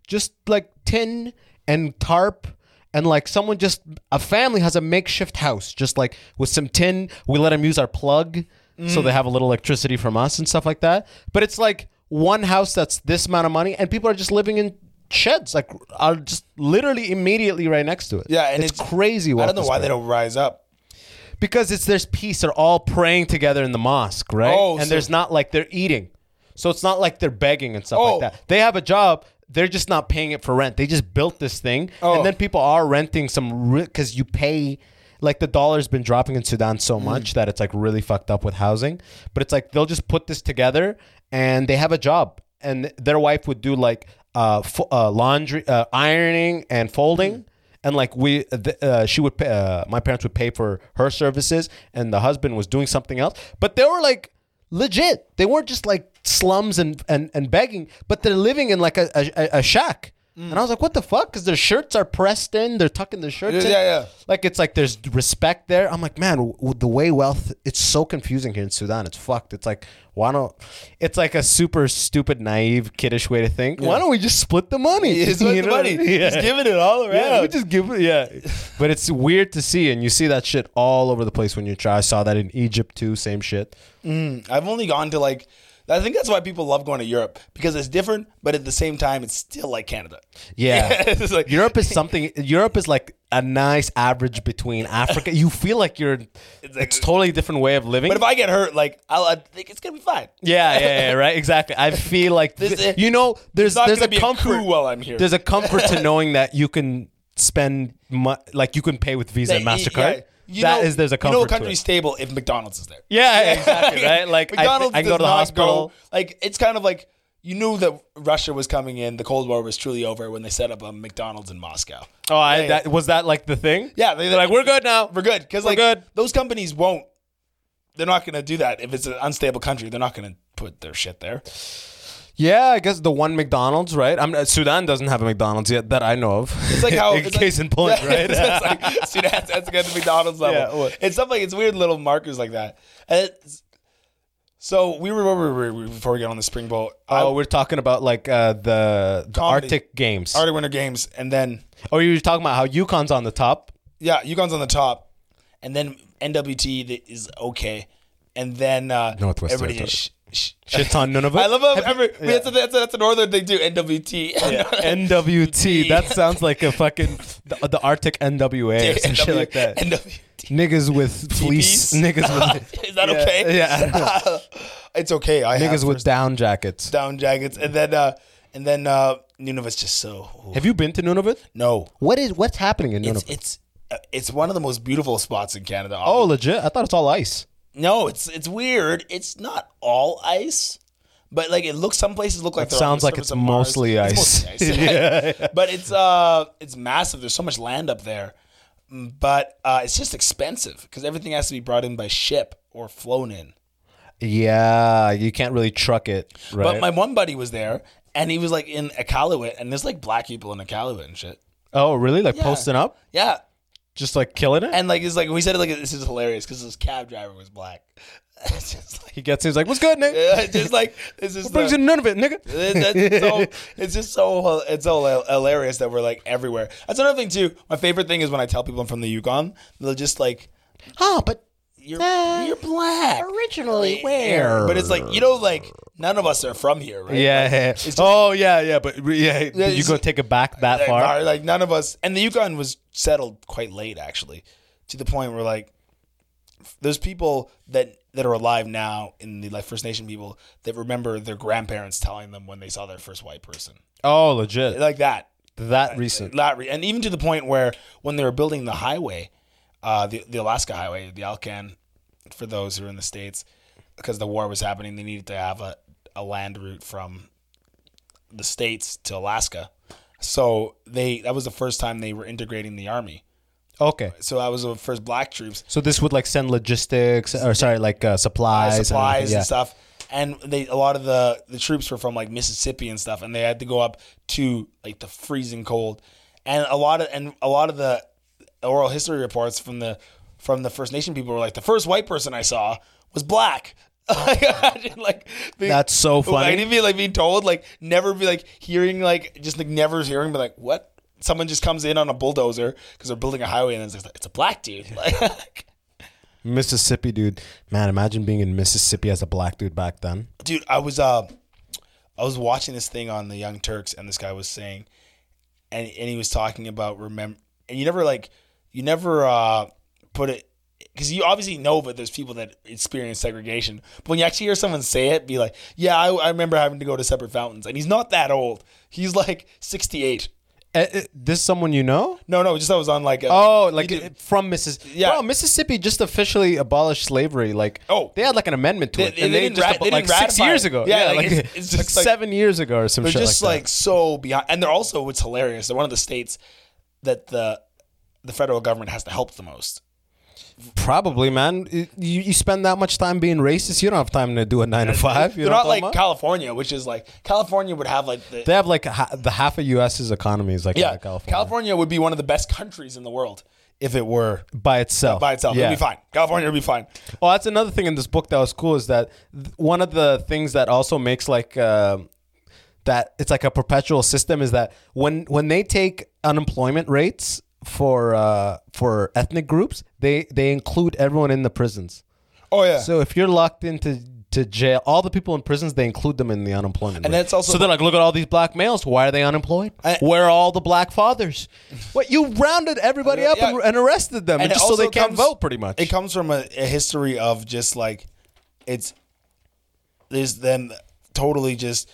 S3: just like tin and tarp and like someone just a family has a makeshift house just like with some tin we let them use our plug so
S4: Mm.
S3: they have a little electricity from us and stuff like that but it's like one house that's this amount of money and people are just living in sheds like are just literally immediately right next to it
S4: Yeah, and
S3: it's,
S4: it's-
S3: crazy
S4: I don't know why they don't rise up.
S3: because it's there's peace. They're all praying together in the mosque, right?
S4: Oh,
S3: and
S4: so-
S3: there's not like they're eating, so it's not like they're begging and stuff
S4: Oh.
S3: like that. They have a job. They're just not paying it for rent. They just built this thing,
S4: Oh.
S3: and then people are renting some because you pay. Like the dollar's been dropping in Sudan
S4: Mm.
S3: so much that it's like really fucked up with housing. But it's like they'll just put this together, and they have a job, and their wife would do like uh, fo- uh laundry, uh, ironing, and folding
S4: Mm.
S3: and like we th- uh, she would pay, uh, my parents would pay for her services and the husband was doing something else but they were like legit they weren't just like slums and and, and begging but they're living in like a, a, a shack
S4: Mm.
S3: and i was like what the fuck because their shirts are pressed in they're tucking their shirts in
S4: Yeah, yeah.
S3: like it's like there's respect there i'm like man w- the way wealth it's so confusing here in sudan it's fucked it's like why don't it's like a super stupid naive kiddish way to think why don't we just split the money
S4: It's like
S3: You
S4: the
S3: know what I
S4: money.
S3: mean?
S4: Just giving it all around.
S3: yeah, we just give it. Yeah, but it's weird to see, and you see that shit all over the place when you try. I saw that in Egypt too. Same shit.
S4: I've only gone to like. I think that's why people love going to Europe because it's different, but at the same time, it's still like Canada.
S3: Yeah,
S4: It's like-
S3: Europe is something. Europe is like a nice average between Africa. You feel like you're. It's,
S4: like-
S3: totally different way of living.
S4: But if I get hurt, like I'll, I think it's gonna be fine.
S3: yeah, yeah, yeah, right. Exactly. I feel like
S4: This-
S3: you know. There's
S4: It's not
S3: there's
S4: gonna
S3: a
S4: be a
S3: comfort
S4: coup while I'm here.
S3: There's a comfort to knowing that you can spend mu- like you can pay with Visa and
S4: Yeah,
S3: Mastercard.
S4: You
S3: That
S4: know-
S3: is- there's a comfort.
S4: You know, a
S3: to it.
S4: country's stable if McDonald's is there.
S3: Yeah, yeah, exactly. Right. Like I, I can go
S4: does
S3: to the
S4: not
S3: hospital.
S4: go- like it's kind of like you knew that Russia was coming in. The Cold War was truly over when they set up a McDonald's in Moscow.
S3: Oh, I,
S4: Yeah,
S3: that was that like the thing.
S4: Yeah, they,
S3: they're like, we're good now.
S4: We're good because
S3: We're
S4: like
S3: good.
S4: those companies won't. They're not going to do that if it's an unstable country. They're not going to put their shit there.
S3: Yeah, I guess the one McDonald's, right? I'm Sudan doesn't have a McDonald's yet that I know of.
S4: It's like how
S3: in
S4: it's like-
S3: case in point,
S4: Yeah,
S3: right?
S4: it's like, see, that's, that's like at the McDonald's level.
S3: Yeah, what?
S4: it's stuff like it's weird little markers like that. And it's- so we were, we were- we were- before we get on the spring boat.
S3: oh,
S4: I,
S3: we're talking about like uh, the, the
S4: Comedy.
S3: Arctic Games.
S4: Arctic Winter Games, and then
S3: or you were talking about how Yukon's on the top.
S4: yeah, Yukon's on the top, and then NWT that is okay, and then uh,
S3: Northwest
S4: Everybody
S3: Territory.
S4: just sh- sh-
S3: Shits on none of it.
S4: I love how
S3: Have you-
S4: every,
S3: yeah.
S4: that's, a, that's, a, that's a northern thing too. NWT.
S3: NWT. That sounds like a fucking the, the Arctic NWA or some shit
S4: NW
S3: like that.
S4: NWT.
S3: Niggas with fleece. Niggas with
S4: Is that
S3: Yeah,
S4: okay?
S3: yeah, I don't
S4: it's okay. I have
S3: niggas with down jackets.
S4: down jackets, and then uh, and then uh, Nunavut's just so
S3: Have you been to Nunavut?
S4: no.
S3: What is what's happening in
S4: It's
S3: Nunavut?
S4: it's uh, it's one of the most beautiful spots in Canada.
S3: oh, legit. I thought it's all ice.
S4: no, it's it's weird. It's not all ice. But like it looks, some places look like
S3: That
S4: they're on
S3: sounds
S4: the
S3: like
S4: surface
S3: it's
S4: of Mars.
S3: mostly
S4: It's
S3: ice.
S4: mostly but it's uh, it's massive. There's so much land up there, Mm, but uh, it's just expensive because everything has to be brought in by ship or flown in.
S3: Yeah, you can't really truck it, right?
S4: But my one buddy was there, and he was like in Iqaluit, and there's like black people in Iqaluit and shit.
S3: oh, really? Like posting up?
S4: Yeah,
S3: just like killing it.
S4: And like it's like we said it like this is hilarious because this cab driver was black. it's just like
S3: he gets in, he's like, "What's good, nigga?"
S4: it's just like this is
S3: What brings
S4: the-
S3: you none of it, nigga?
S4: It's, that's Uh, so, it's just so it's so hilarious that we're like everywhere. That's another thing too. My favorite thing is when I tell people I'm from the Yukon, they'll just like,
S3: Oh, but
S4: "You're you're black."
S3: Uh, originally
S4: But it's like you know, like none of us are from here, right?
S3: yeah.
S4: Like, just-
S3: oh yeah, yeah. But re- yeah,
S4: Yeah,
S3: you
S4: it's-
S3: go take it back that
S4: like,
S3: far.
S4: our- like none of us. And the Yukon was settled quite late, actually, to the point where like there's people that that are alive now in the like First Nation people that remember their grandparents telling them when they saw their first white person,
S3: Oh, legit.
S4: like that.
S3: That recent.
S4: Lot re- and even to the point where when they were building the highway, uh, the the Alaska Highway, the Alcan, for those who are in the states, because the war was happening, they needed to have a, a land route from the states to Alaska. So they that was the first time they were integrating the army.
S3: Okay.
S4: So that was the first black troops
S3: So this would like send logistics, or sorry, like uh, supplies, and
S4: supplies
S3: everything.
S4: and stuff. And they a lot of the the troops were from like Mississippi and stuff, and they had to go up to like the freezing cold, and a lot of and a lot of the oral history reports from the from the First Nation people were like the first white person I saw was black. like, imagine, like being-
S3: That's so
S4: I
S3: funny.
S4: didn't be like being told like never be like hearing like just like never hearing but like what someone just comes in on a bulldozer because they're building a highway and it's like it's a black dude like
S3: Mississippi, dude. Man, imagine being in Mississippi as a black dude back then.
S4: dude i was uh i was watching this thing on the young turks and this guy was saying and and he was talking about remember and you never like you never uh put it because you obviously know but there's people that experience segregation but when you actually hear someone say it be like yeah i, I remember having to go to separate fountains and he's not that old he's like 68
S3: Eh, eh, this someone you know?
S4: no no just i was on like a,
S3: Oh, like
S4: You do-
S3: from Mississippi.
S4: Yeah.
S3: Bro, Mississippi just officially abolished slavery. Like,
S4: Oh.
S3: they had like an amendment to it,
S4: they
S3: and they,
S4: didn't
S3: just
S4: rat-
S3: abo-
S4: they
S3: like
S4: didn't
S3: six
S4: ratify
S3: years
S4: it.
S3: ago.
S4: Yeah, like,
S3: like,
S4: it's- it's
S3: like
S4: just like-
S3: seven years ago or some
S4: They're
S3: shit
S4: just
S3: like,
S4: like, so behind, and they're also what's hilarious. They're one of the states that the the federal government has to help the most.
S3: that. Probably, man. You, you spend that much time being racist, you don't have time to do a nine to five. You
S4: they're
S3: know
S4: not
S3: what I'm
S4: like
S3: talking about?
S4: California, which is like California would have like the
S3: they have like ha- the half of U.S.'s economy is like
S4: yeah
S3: out of
S4: California.
S3: California.
S4: would be one of the best countries in the world if it were
S3: by itself.
S4: by itself.
S3: Yeah.
S4: It'd be fine. California would be fine.
S3: Well, that's another thing in this book that was cool is that th- one of the things that also makes like um that it's like a perpetual system is that when when they take unemployment rates for uh, for ethnic groups, they they include everyone in the prisons.
S4: Oh yeah.
S3: So if you're locked into to jail, all the people in prisons they include them in the unemployment.
S4: And
S3: rate.
S4: that's also-
S3: so they're like, look at all these black males. Why are they unemployed?
S4: I-
S3: Where are all the black fathers? what you rounded everybody up
S4: Yeah.
S3: and, and arrested them,
S4: And it
S3: just so
S4: also
S3: they can't
S4: comes-
S3: vote, pretty much.
S4: It comes from a, a history of just like it's there's them totally just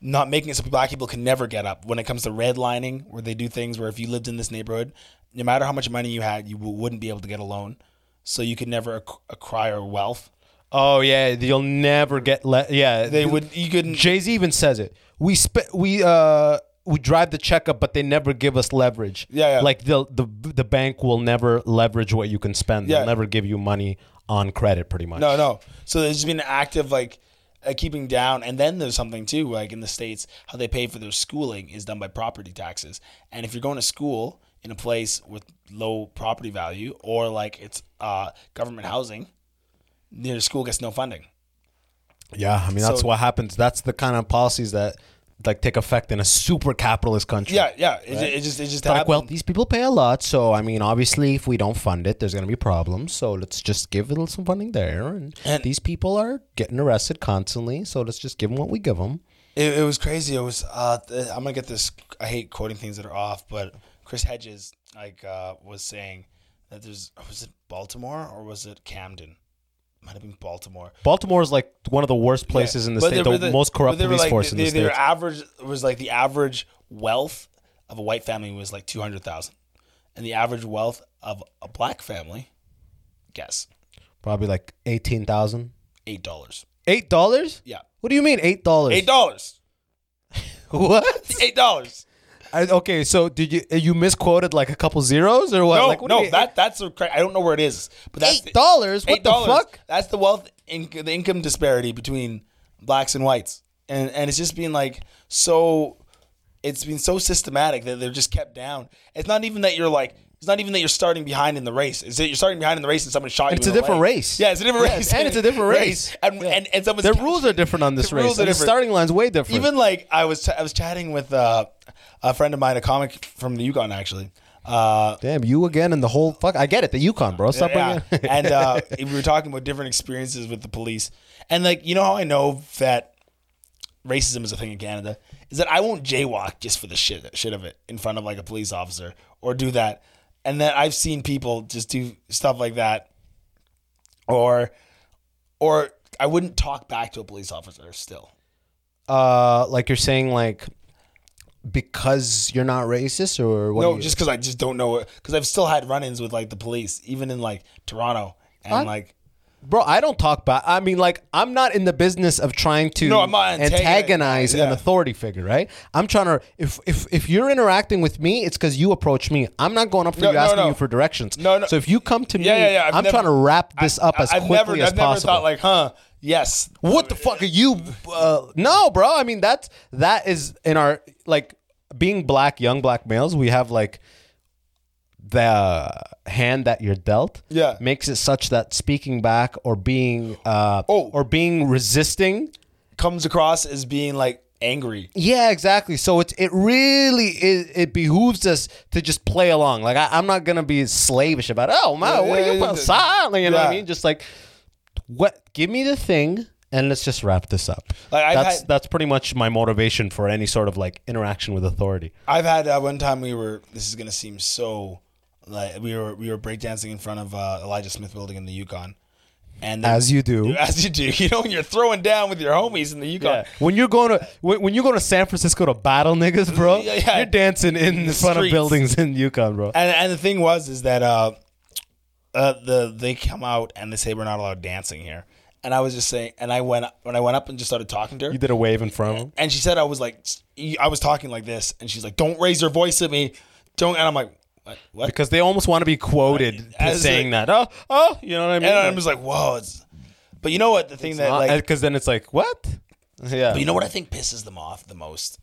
S4: not making it so black people can never get up when it comes to redlining, where they do things where if you lived in this neighborhood, no matter how much money you had, you w- wouldn't be able to get a loan, so you could never acc- acquire wealth.
S3: Oh yeah, you'll never get let. Yeah,
S4: They would you couldn't
S3: Jay Z even says it. We spe- we uh we drive the checkup, but they never give us leverage.
S4: Yeah, yeah.
S3: Like the the the bank will never leverage what you can spend.
S4: Yeah.
S3: They'll never give you money on credit, pretty much.
S4: No, no. So there's been an active like uh, keeping down, and then there's something too, like in the states, how they pay for their schooling is done by property taxes. And if you're going to school in a place with low property value or like it's uh, government housing, your school gets no funding.
S3: Yeah, I mean that's
S4: So-
S3: what happens. That's the kind of policies that like take effect in a super capitalist country.
S4: Yeah, yeah. It, it just it just
S3: Like,
S4: happened.
S3: well, these people pay a lot, so I mean, obviously, if we don't fund it, there's gonna be problems. So let's just give it some funding there. And,
S4: And-
S3: these people are getting arrested constantly, so let's just give them what we give them.
S4: It, it was crazy. It was. Uh, th- I'm gonna get this. I hate quoting things that are off, but Chris Hedges like uh, was saying that there's was it Baltimore or was it Camden? Might have been Baltimore.
S3: Baltimore is like one of the worst places in the
S4: But
S3: state,
S4: they were
S3: the, most corrupt
S4: but they were,
S3: police
S4: like,
S3: force
S4: they-
S3: in the
S4: Their
S3: state.
S4: average was like the average wealth of a white family was like two hundred thousand, and the average wealth of a black family, guess
S3: Probably like eighteen thousand.
S4: eight dollars.
S3: Eight dollars?
S4: Yeah,
S3: What do you mean eight dollars?
S4: eight dollars.
S3: What?
S4: Eight dollars.
S3: I, okay, so did you you misquoted like a couple zeros or what?
S4: No,
S3: like, what do
S4: no,
S3: you-
S4: that that's the correct. I don't know where it is, but that's
S3: eight dollars. What the
S4: $8.
S3: fuck?
S4: That's the wealth, in, the income disparity between blacks and whites, and and it's just been like so. It's been so systematic that they're just kept down. It's not even that you're like It's not even that you're starting behind in the race. Is that you're starting behind in the race and someone shot you?
S3: It's a
S4: in the
S3: different
S4: leg.
S3: race.
S4: Yeah, it's a different
S3: Yeah,
S4: race,
S3: and it's a different race.
S4: And,
S3: Yeah.
S4: and and someone's
S3: Their rules are different on this
S4: The
S3: race.
S4: rules are
S3: and the
S4: different.
S3: starting line's way different.
S4: Even like I was, I was chatting with uh, a friend of mine, a comic from the Yukon, actually. Uh,
S3: damn you again and the whole fuck. I get it. The Yukon, bro. Stop
S4: yeah.
S3: bringing.
S4: and uh, we were talking about different experiences with the police, and like you know how I know that racism is a thing in Canada is that I won't jaywalk just for the shit shit of it in front of like a police officer or do that, and then I've seen people just do stuff like that, or or I wouldn't talk back to a police officer still.
S3: uh, like you're saying, like because you're not racist or what? do
S4: No,
S3: you-
S4: just because I just don't know. Because I've still had run-ins with like the police, even in like Toronto, and
S3: I-
S4: like
S3: bro. I don't talk back. I mean, like I'm not in the business of trying to
S4: No, I'm not
S3: antagonize,
S4: antagoni-
S3: an
S4: yeah.
S3: authority figure, right? I'm trying to. If if if you're interacting with me, it's because you approach me. I'm not going up to
S4: No,
S3: you
S4: no,
S3: asking
S4: no.
S3: you for directions.
S4: No, no.
S3: So if you come to me,
S4: Yeah, yeah, yeah. I've
S3: I'm
S4: never-
S3: trying to wrap this up as
S4: I-
S3: quickly
S4: never,
S3: as
S4: I've never
S3: possible.
S4: thought like, huh, yes,
S3: what the fuck are you? Uh, no, bro. I mean, that's that is in our like being black, young black males. We have like the hand that you're dealt.
S4: Yeah.
S3: makes it such that speaking back or being uh
S4: Oh.
S3: or being resisting.
S4: comes across as being like angry.
S3: Yeah, exactly. So it's it really it, it behooves us to just play along. Like I, I'm not gonna be slavish about. Oh man,
S4: Yeah,
S3: what
S4: yeah,
S3: are you
S4: yeah,
S3: about?
S4: yeah.
S3: Silent, you know what I
S4: Yeah.
S3: mean? Just like what? Give me the thing, and let's just wrap this up.
S4: Like, I've
S3: that's
S4: had-
S3: that's pretty much my motivation for any sort of like interaction with authority.
S4: I've had uh, one time we were. This is gonna seem so like we were we were breakdancing in front of uh, Elijah Smith Building in the Yukon, and then-
S3: As you do.
S4: as you do. You know when you're throwing down with your homies in the Yukon.
S3: When you're going to when, when you go to San Francisco to battle niggas, bro,
S4: Yeah, yeah.
S3: you're dancing in the front of
S4: streets.
S3: buildings in Yukon, bro.
S4: And and the thing was is that uh, uh the they come out and they say we're not allowed dancing here. And I was just saying, and I went when I went up and just started talking to her.
S3: You did a wave in front of him.
S4: and she said I was like I was talking like this, and she's like, "Don't raise your voice at me, don't." And I'm like, "What?" what?
S3: Because they almost want to be quoted to
S4: As
S3: saying
S4: a-
S3: that. Oh, oh, you know what I mean?
S4: and I'm just like, "Whoa!" It's, but you know what? The thing that like,
S3: because then it's like what? Yeah.
S4: but you know what I think pisses them off the most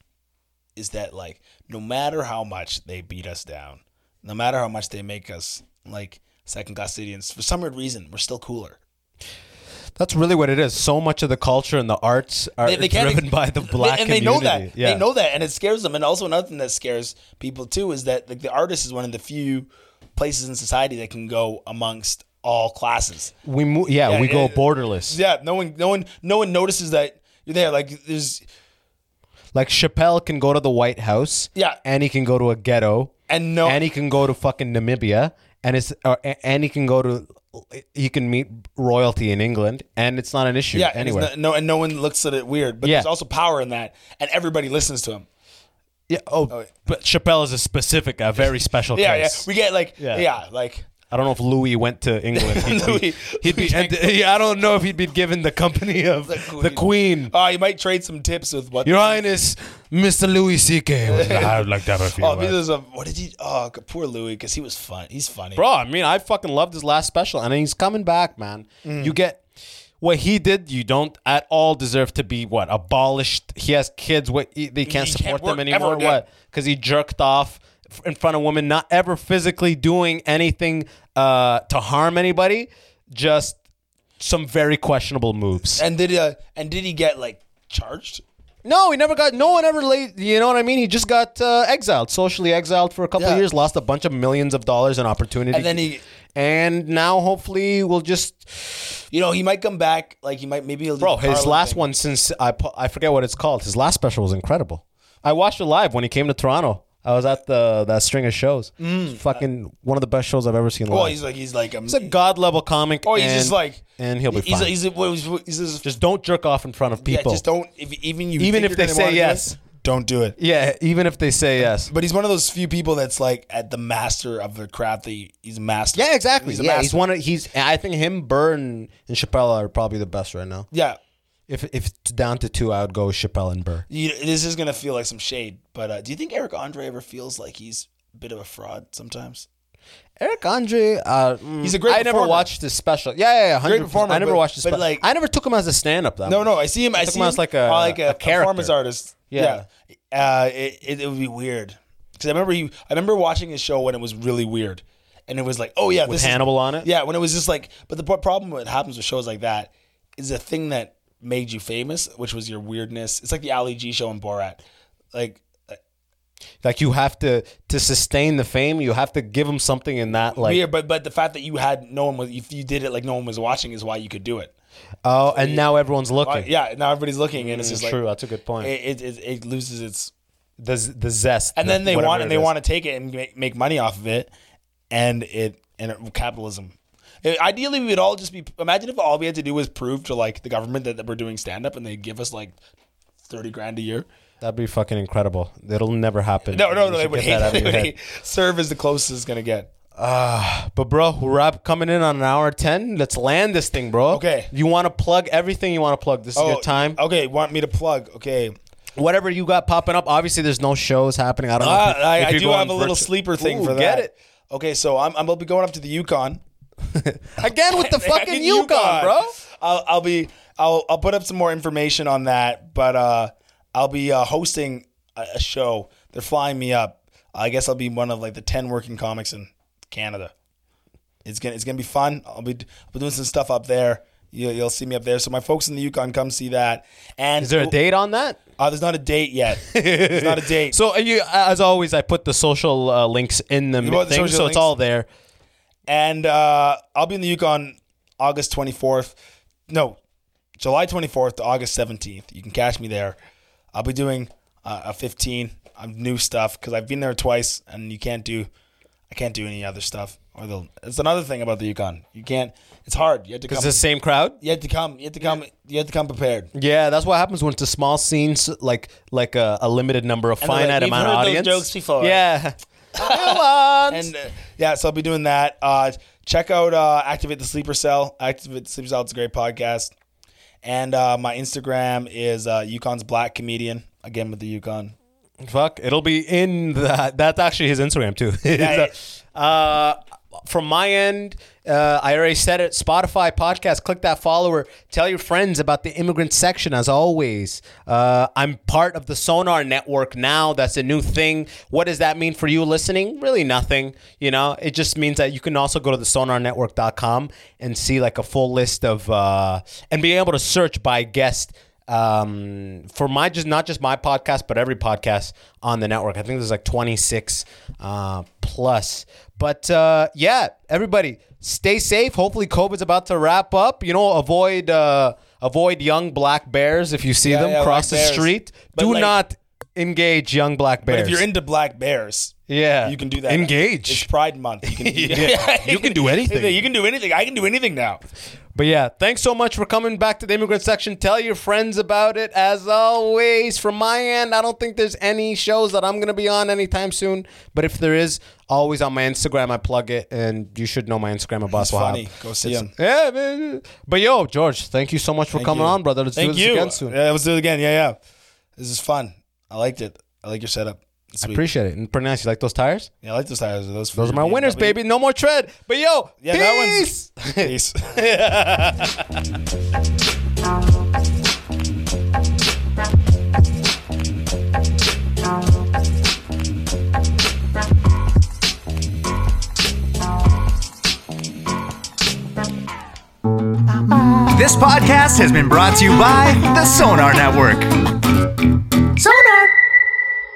S4: is that like, no matter how much they beat us down, no matter how much they make us like second class citizens, for some weird reason, we're still cooler.
S3: That's really what it is. So much of the culture and the arts are driven by the black
S4: and they know that
S3: community. Yeah.
S4: they know that and it scares them and also another thing that scares people too is that like the artist is one of the few places in society that can go amongst all classes
S3: we mo- yeah, we go
S4: it-
S3: borderless.
S4: yeah no one no one no one notices that you're there like there's
S3: Like Chappelle can go to the White House.
S4: Yeah.
S3: And he can go to a ghetto.
S4: and no
S3: And he can go to fucking Namibia. And it's or, a- and he can go to he can meet royalty in England and it's not an issue
S4: yeah and it's
S3: anywhere.
S4: not- no and no one looks at it weird but
S3: Yeah.
S4: there's also power in that and everybody listens to him
S3: yeah, oh,
S4: wait.
S3: but Chappelle is a specific, a very special
S4: yeah yeah
S3: case.
S4: we get like
S3: Yeah.
S4: yeah, like
S3: I don't know if Louis went to England. He'd be,
S4: Louis-
S3: he'd be and, yeah, I don't know if he'd been given the company of the Queen.
S4: queen. oh you might trade some tips with what
S3: Your Highness, Mr. Louis C.K. was- I would like to have a few.
S4: oh
S3: words.
S4: because of what did he oh poor Louis because he was fun he's funny
S3: Bro, I mean, I fucking loved his last special, and he's coming back, man.
S4: Mm.
S3: You get what he did. You don't at all deserve to be what abolished. He has kids. What he- they can't
S4: He can't
S3: support them
S4: work ever
S3: anymore.
S4: again.
S3: What? Because he jerked off f- in front of women, not ever physically doing anything uh, to harm anybody. Just some very questionable moves.
S4: and did uh and did he get like charged
S3: No, he never got. No one ever laid. You know what I mean? He just got uh, exiled, socially exiled for a couple of
S4: Yeah.
S3: years, lost a bunch of millions of dollars in opportunity,
S4: And then he-
S3: and now hopefully we'll just.
S4: You know, he might come back. Like he might maybe he'll do
S3: Bro,
S4: the
S3: his
S4: Carlin
S3: last
S4: thing.
S3: one since I pu- I forget what it's called. His last special was incredible. I watched it live when he came to Toronto. I was at the that string of shows. It's fucking one of the best shows I've ever seen live. Oh,
S4: Well,
S3: Mm. he's,
S4: he's like he's like
S3: a
S4: um,
S3: god level comic.
S4: or he's
S3: and-
S4: just like
S3: and he'll be
S4: he's,
S3: fine.
S4: He's, he's, what- he's, he's just,
S3: just don't jerk off in front of
S4: yeah,
S3: people.
S4: just don't if, even you
S3: Even
S4: think
S3: if
S4: you're
S3: they
S4: gonna
S3: say
S4: wanna do
S3: yes.
S4: it, don't do it.
S3: yeah, even if they say yes.
S4: But he's one of those few people that's like at the master of the craft. That he, he's a master.
S3: Yeah, exactly.
S4: He's a
S3: yeah,
S4: master.
S3: he's one of he's. I think him, Burn, and Chappelle are probably the best right now.
S4: yeah.
S3: If if it's down to two, I would go Chappelle and Burr.
S4: You, this is gonna feel like some shade. But uh, do you think Eric Andre ever feels like he's a bit of a fraud sometimes?
S3: Eric Andre, uh, mm,
S4: He's a great
S3: I never
S4: performer.
S3: watched his special. Yeah, yeah, yeah great
S4: performer,
S3: I never
S4: but-
S3: watched his
S4: but,
S3: special.
S4: like-
S3: I never took him as a stand-up. That
S4: No,
S3: much.
S4: no. I see him. I
S3: took
S4: see
S3: him
S4: him
S3: as like a-
S4: uh, like
S3: a
S4: a,
S3: character.
S4: performance artist.
S3: Yeah.
S4: Yeah. Uh, it, it, it would be weird. Because I remember he, I remember watching his show when it was really weird, and it was like, oh yeah,
S5: With
S4: this is-
S5: Hannibal on it?
S4: Yeah, when it was just like, but the pro- problem that happens with shows like that is the thing that made you famous, which was your weirdness. It's like the Ali G show in Borat, like.
S3: Like you have to to sustain the fame, you have to give them something in that like
S4: weird, but but the fact that you had no one was if you did it like no one was watching is why you could do it.
S3: oh, and now everyone's
S4: Why-
S3: looking.
S4: yeah, now everybody's looking and it's just like
S3: Mm, True, that's a good point.
S4: It, it, it, it loses its
S3: the z- the zest.
S4: and
S3: the-
S4: then they
S3: whatever
S4: want
S3: it
S4: and they
S3: is.
S4: want to take it and make, make money off of it, and it and it, capitalism. I- ideally, we would all just be. Imagine if all we had to do was prove to like the government that, that we're doing stand up, and they give us like thirty grand a year.
S3: That'd be fucking incredible. It'll never happen.
S4: No, no,
S3: You
S4: no. They
S3: should
S4: would
S3: get
S4: hate.
S3: that out of
S4: They
S3: your
S4: would
S3: head.
S4: hate. Serve is the closest it's gonna get.
S3: But bro, we're up coming in on an hour ten. Let's land this thing, bro.
S4: Okay.
S3: You want to plug everything you want to plug. This is your time.
S4: Oh, Okay, want me to plug? Okay.
S3: Whatever you got popping up. Obviously, there's no shows happening. I don't know.
S4: Ah,
S3: if you-
S4: I,
S3: if
S4: I
S3: you're
S4: do
S3: going
S4: have a little
S3: virtu-
S4: sleeper thing
S3: Ooh,
S4: for that.
S3: get it.
S4: Okay, so I'm, I'm gonna be going up to the Yukon.
S3: again with the fucking Yukon, bro.
S4: I'll, I'll be I'll I'll put up some more information on that, but uh, I'll be uh, hosting a, a show. They're flying me up. I guess I'll be one of like the ten working comics in Canada. It's gonna it's gonna be fun. I'll be I'll be doing some stuff up there. You, you'll see me up there. So my folks in the Yukon, come see that. And
S3: Is there a date on that?
S4: Uh, there's not a date yet. there's not a date.
S3: So uh, you, as always, I put the social uh, links in the
S4: put the
S3: thing, so
S4: social
S3: it's
S4: links?
S3: all there.
S4: And uh, I'll be in the Yukon August 24th. No, July 24th to August 17th. You can catch me there. I'll be doing uh, a 15. I'm new stuff because I've been there twice, and you can't do. I can't do any other stuff. Or they'll. It's another thing about the Yukon. You can't. It's hard. You have to come.
S3: Is it the same crowd?
S4: you have to come. You have to come. You have to come prepared.
S3: Yeah, that's what happens when it's a small scene, s- like like a, a limited number, of
S4: they're like,
S3: finite
S4: "We've
S3: amount of
S4: heard
S3: audience.
S4: those jokes before.
S3: Yeah. I want-
S4: and uh, yeah, so I'll be doing that. Uh, check out uh, Activate the Sleeper Cell. Activate the Sleeper Cell. It's a great podcast. And uh, my Instagram is uh, Yukon's Black Comedian. Again with the Yukon.
S3: Fuck, it'll be in that. That's actually his Instagram too. It's, uh, uh, from my end, uh, I already said it. Spotify podcast, click that follower. Tell your friends about the immigrant section. As always, uh, I'm part of the Sonar Network now. That's a new thing. What does that mean for you listening? Really, nothing. You know, it just means that you can also go to the SonarNetwork.com and see like a full list of uh, and be able to search by guest um, for my just not just my podcast, but every podcast on the network. I think there's like 26 uh, plus. But uh, yeah, everybody, stay safe. Hopefully, COVID's about to wrap up. You know, avoid uh, avoid young black bears if you see
S4: Yeah,
S3: them
S4: yeah,
S3: cross the
S4: black bears.
S3: street.
S4: But
S3: Do
S4: like-
S3: not engage young black
S4: But
S3: bears.
S4: if you're into black bears,
S3: Yeah.
S4: you can do that.
S3: Engage.
S4: It's Pride Month. You can,
S3: You can do anything.
S4: You can do anything. I can do anything now.
S3: But yeah, thanks so much for coming back to the immigrant section. Tell your friends about it. As always, from my end, I don't think there's any shows that I'm going to be on anytime soon. But if there is, always on my Instagram, I plug it. And you should know my Instagram at Boss Wahab.
S4: funny. Go see
S3: It's-
S4: him.
S3: Yeah, man. But yo, George, thank you so much for coming
S4: you.
S3: on, brother. Let's
S4: Thank
S3: do this
S4: you.
S3: again soon.
S4: Yeah, let's do it again. Yeah, yeah. This is fun. I liked it. I like your setup. It's sweet.
S3: Appreciate it. And pretty nice. You like those tires?
S4: yeah, I like those tires. Those,
S3: Those are my winners, baby. No more tread. But yo,
S4: Yeah, that
S3: peace.
S4: one's peace.
S6: This podcast has been brought to you by the Sonar Network.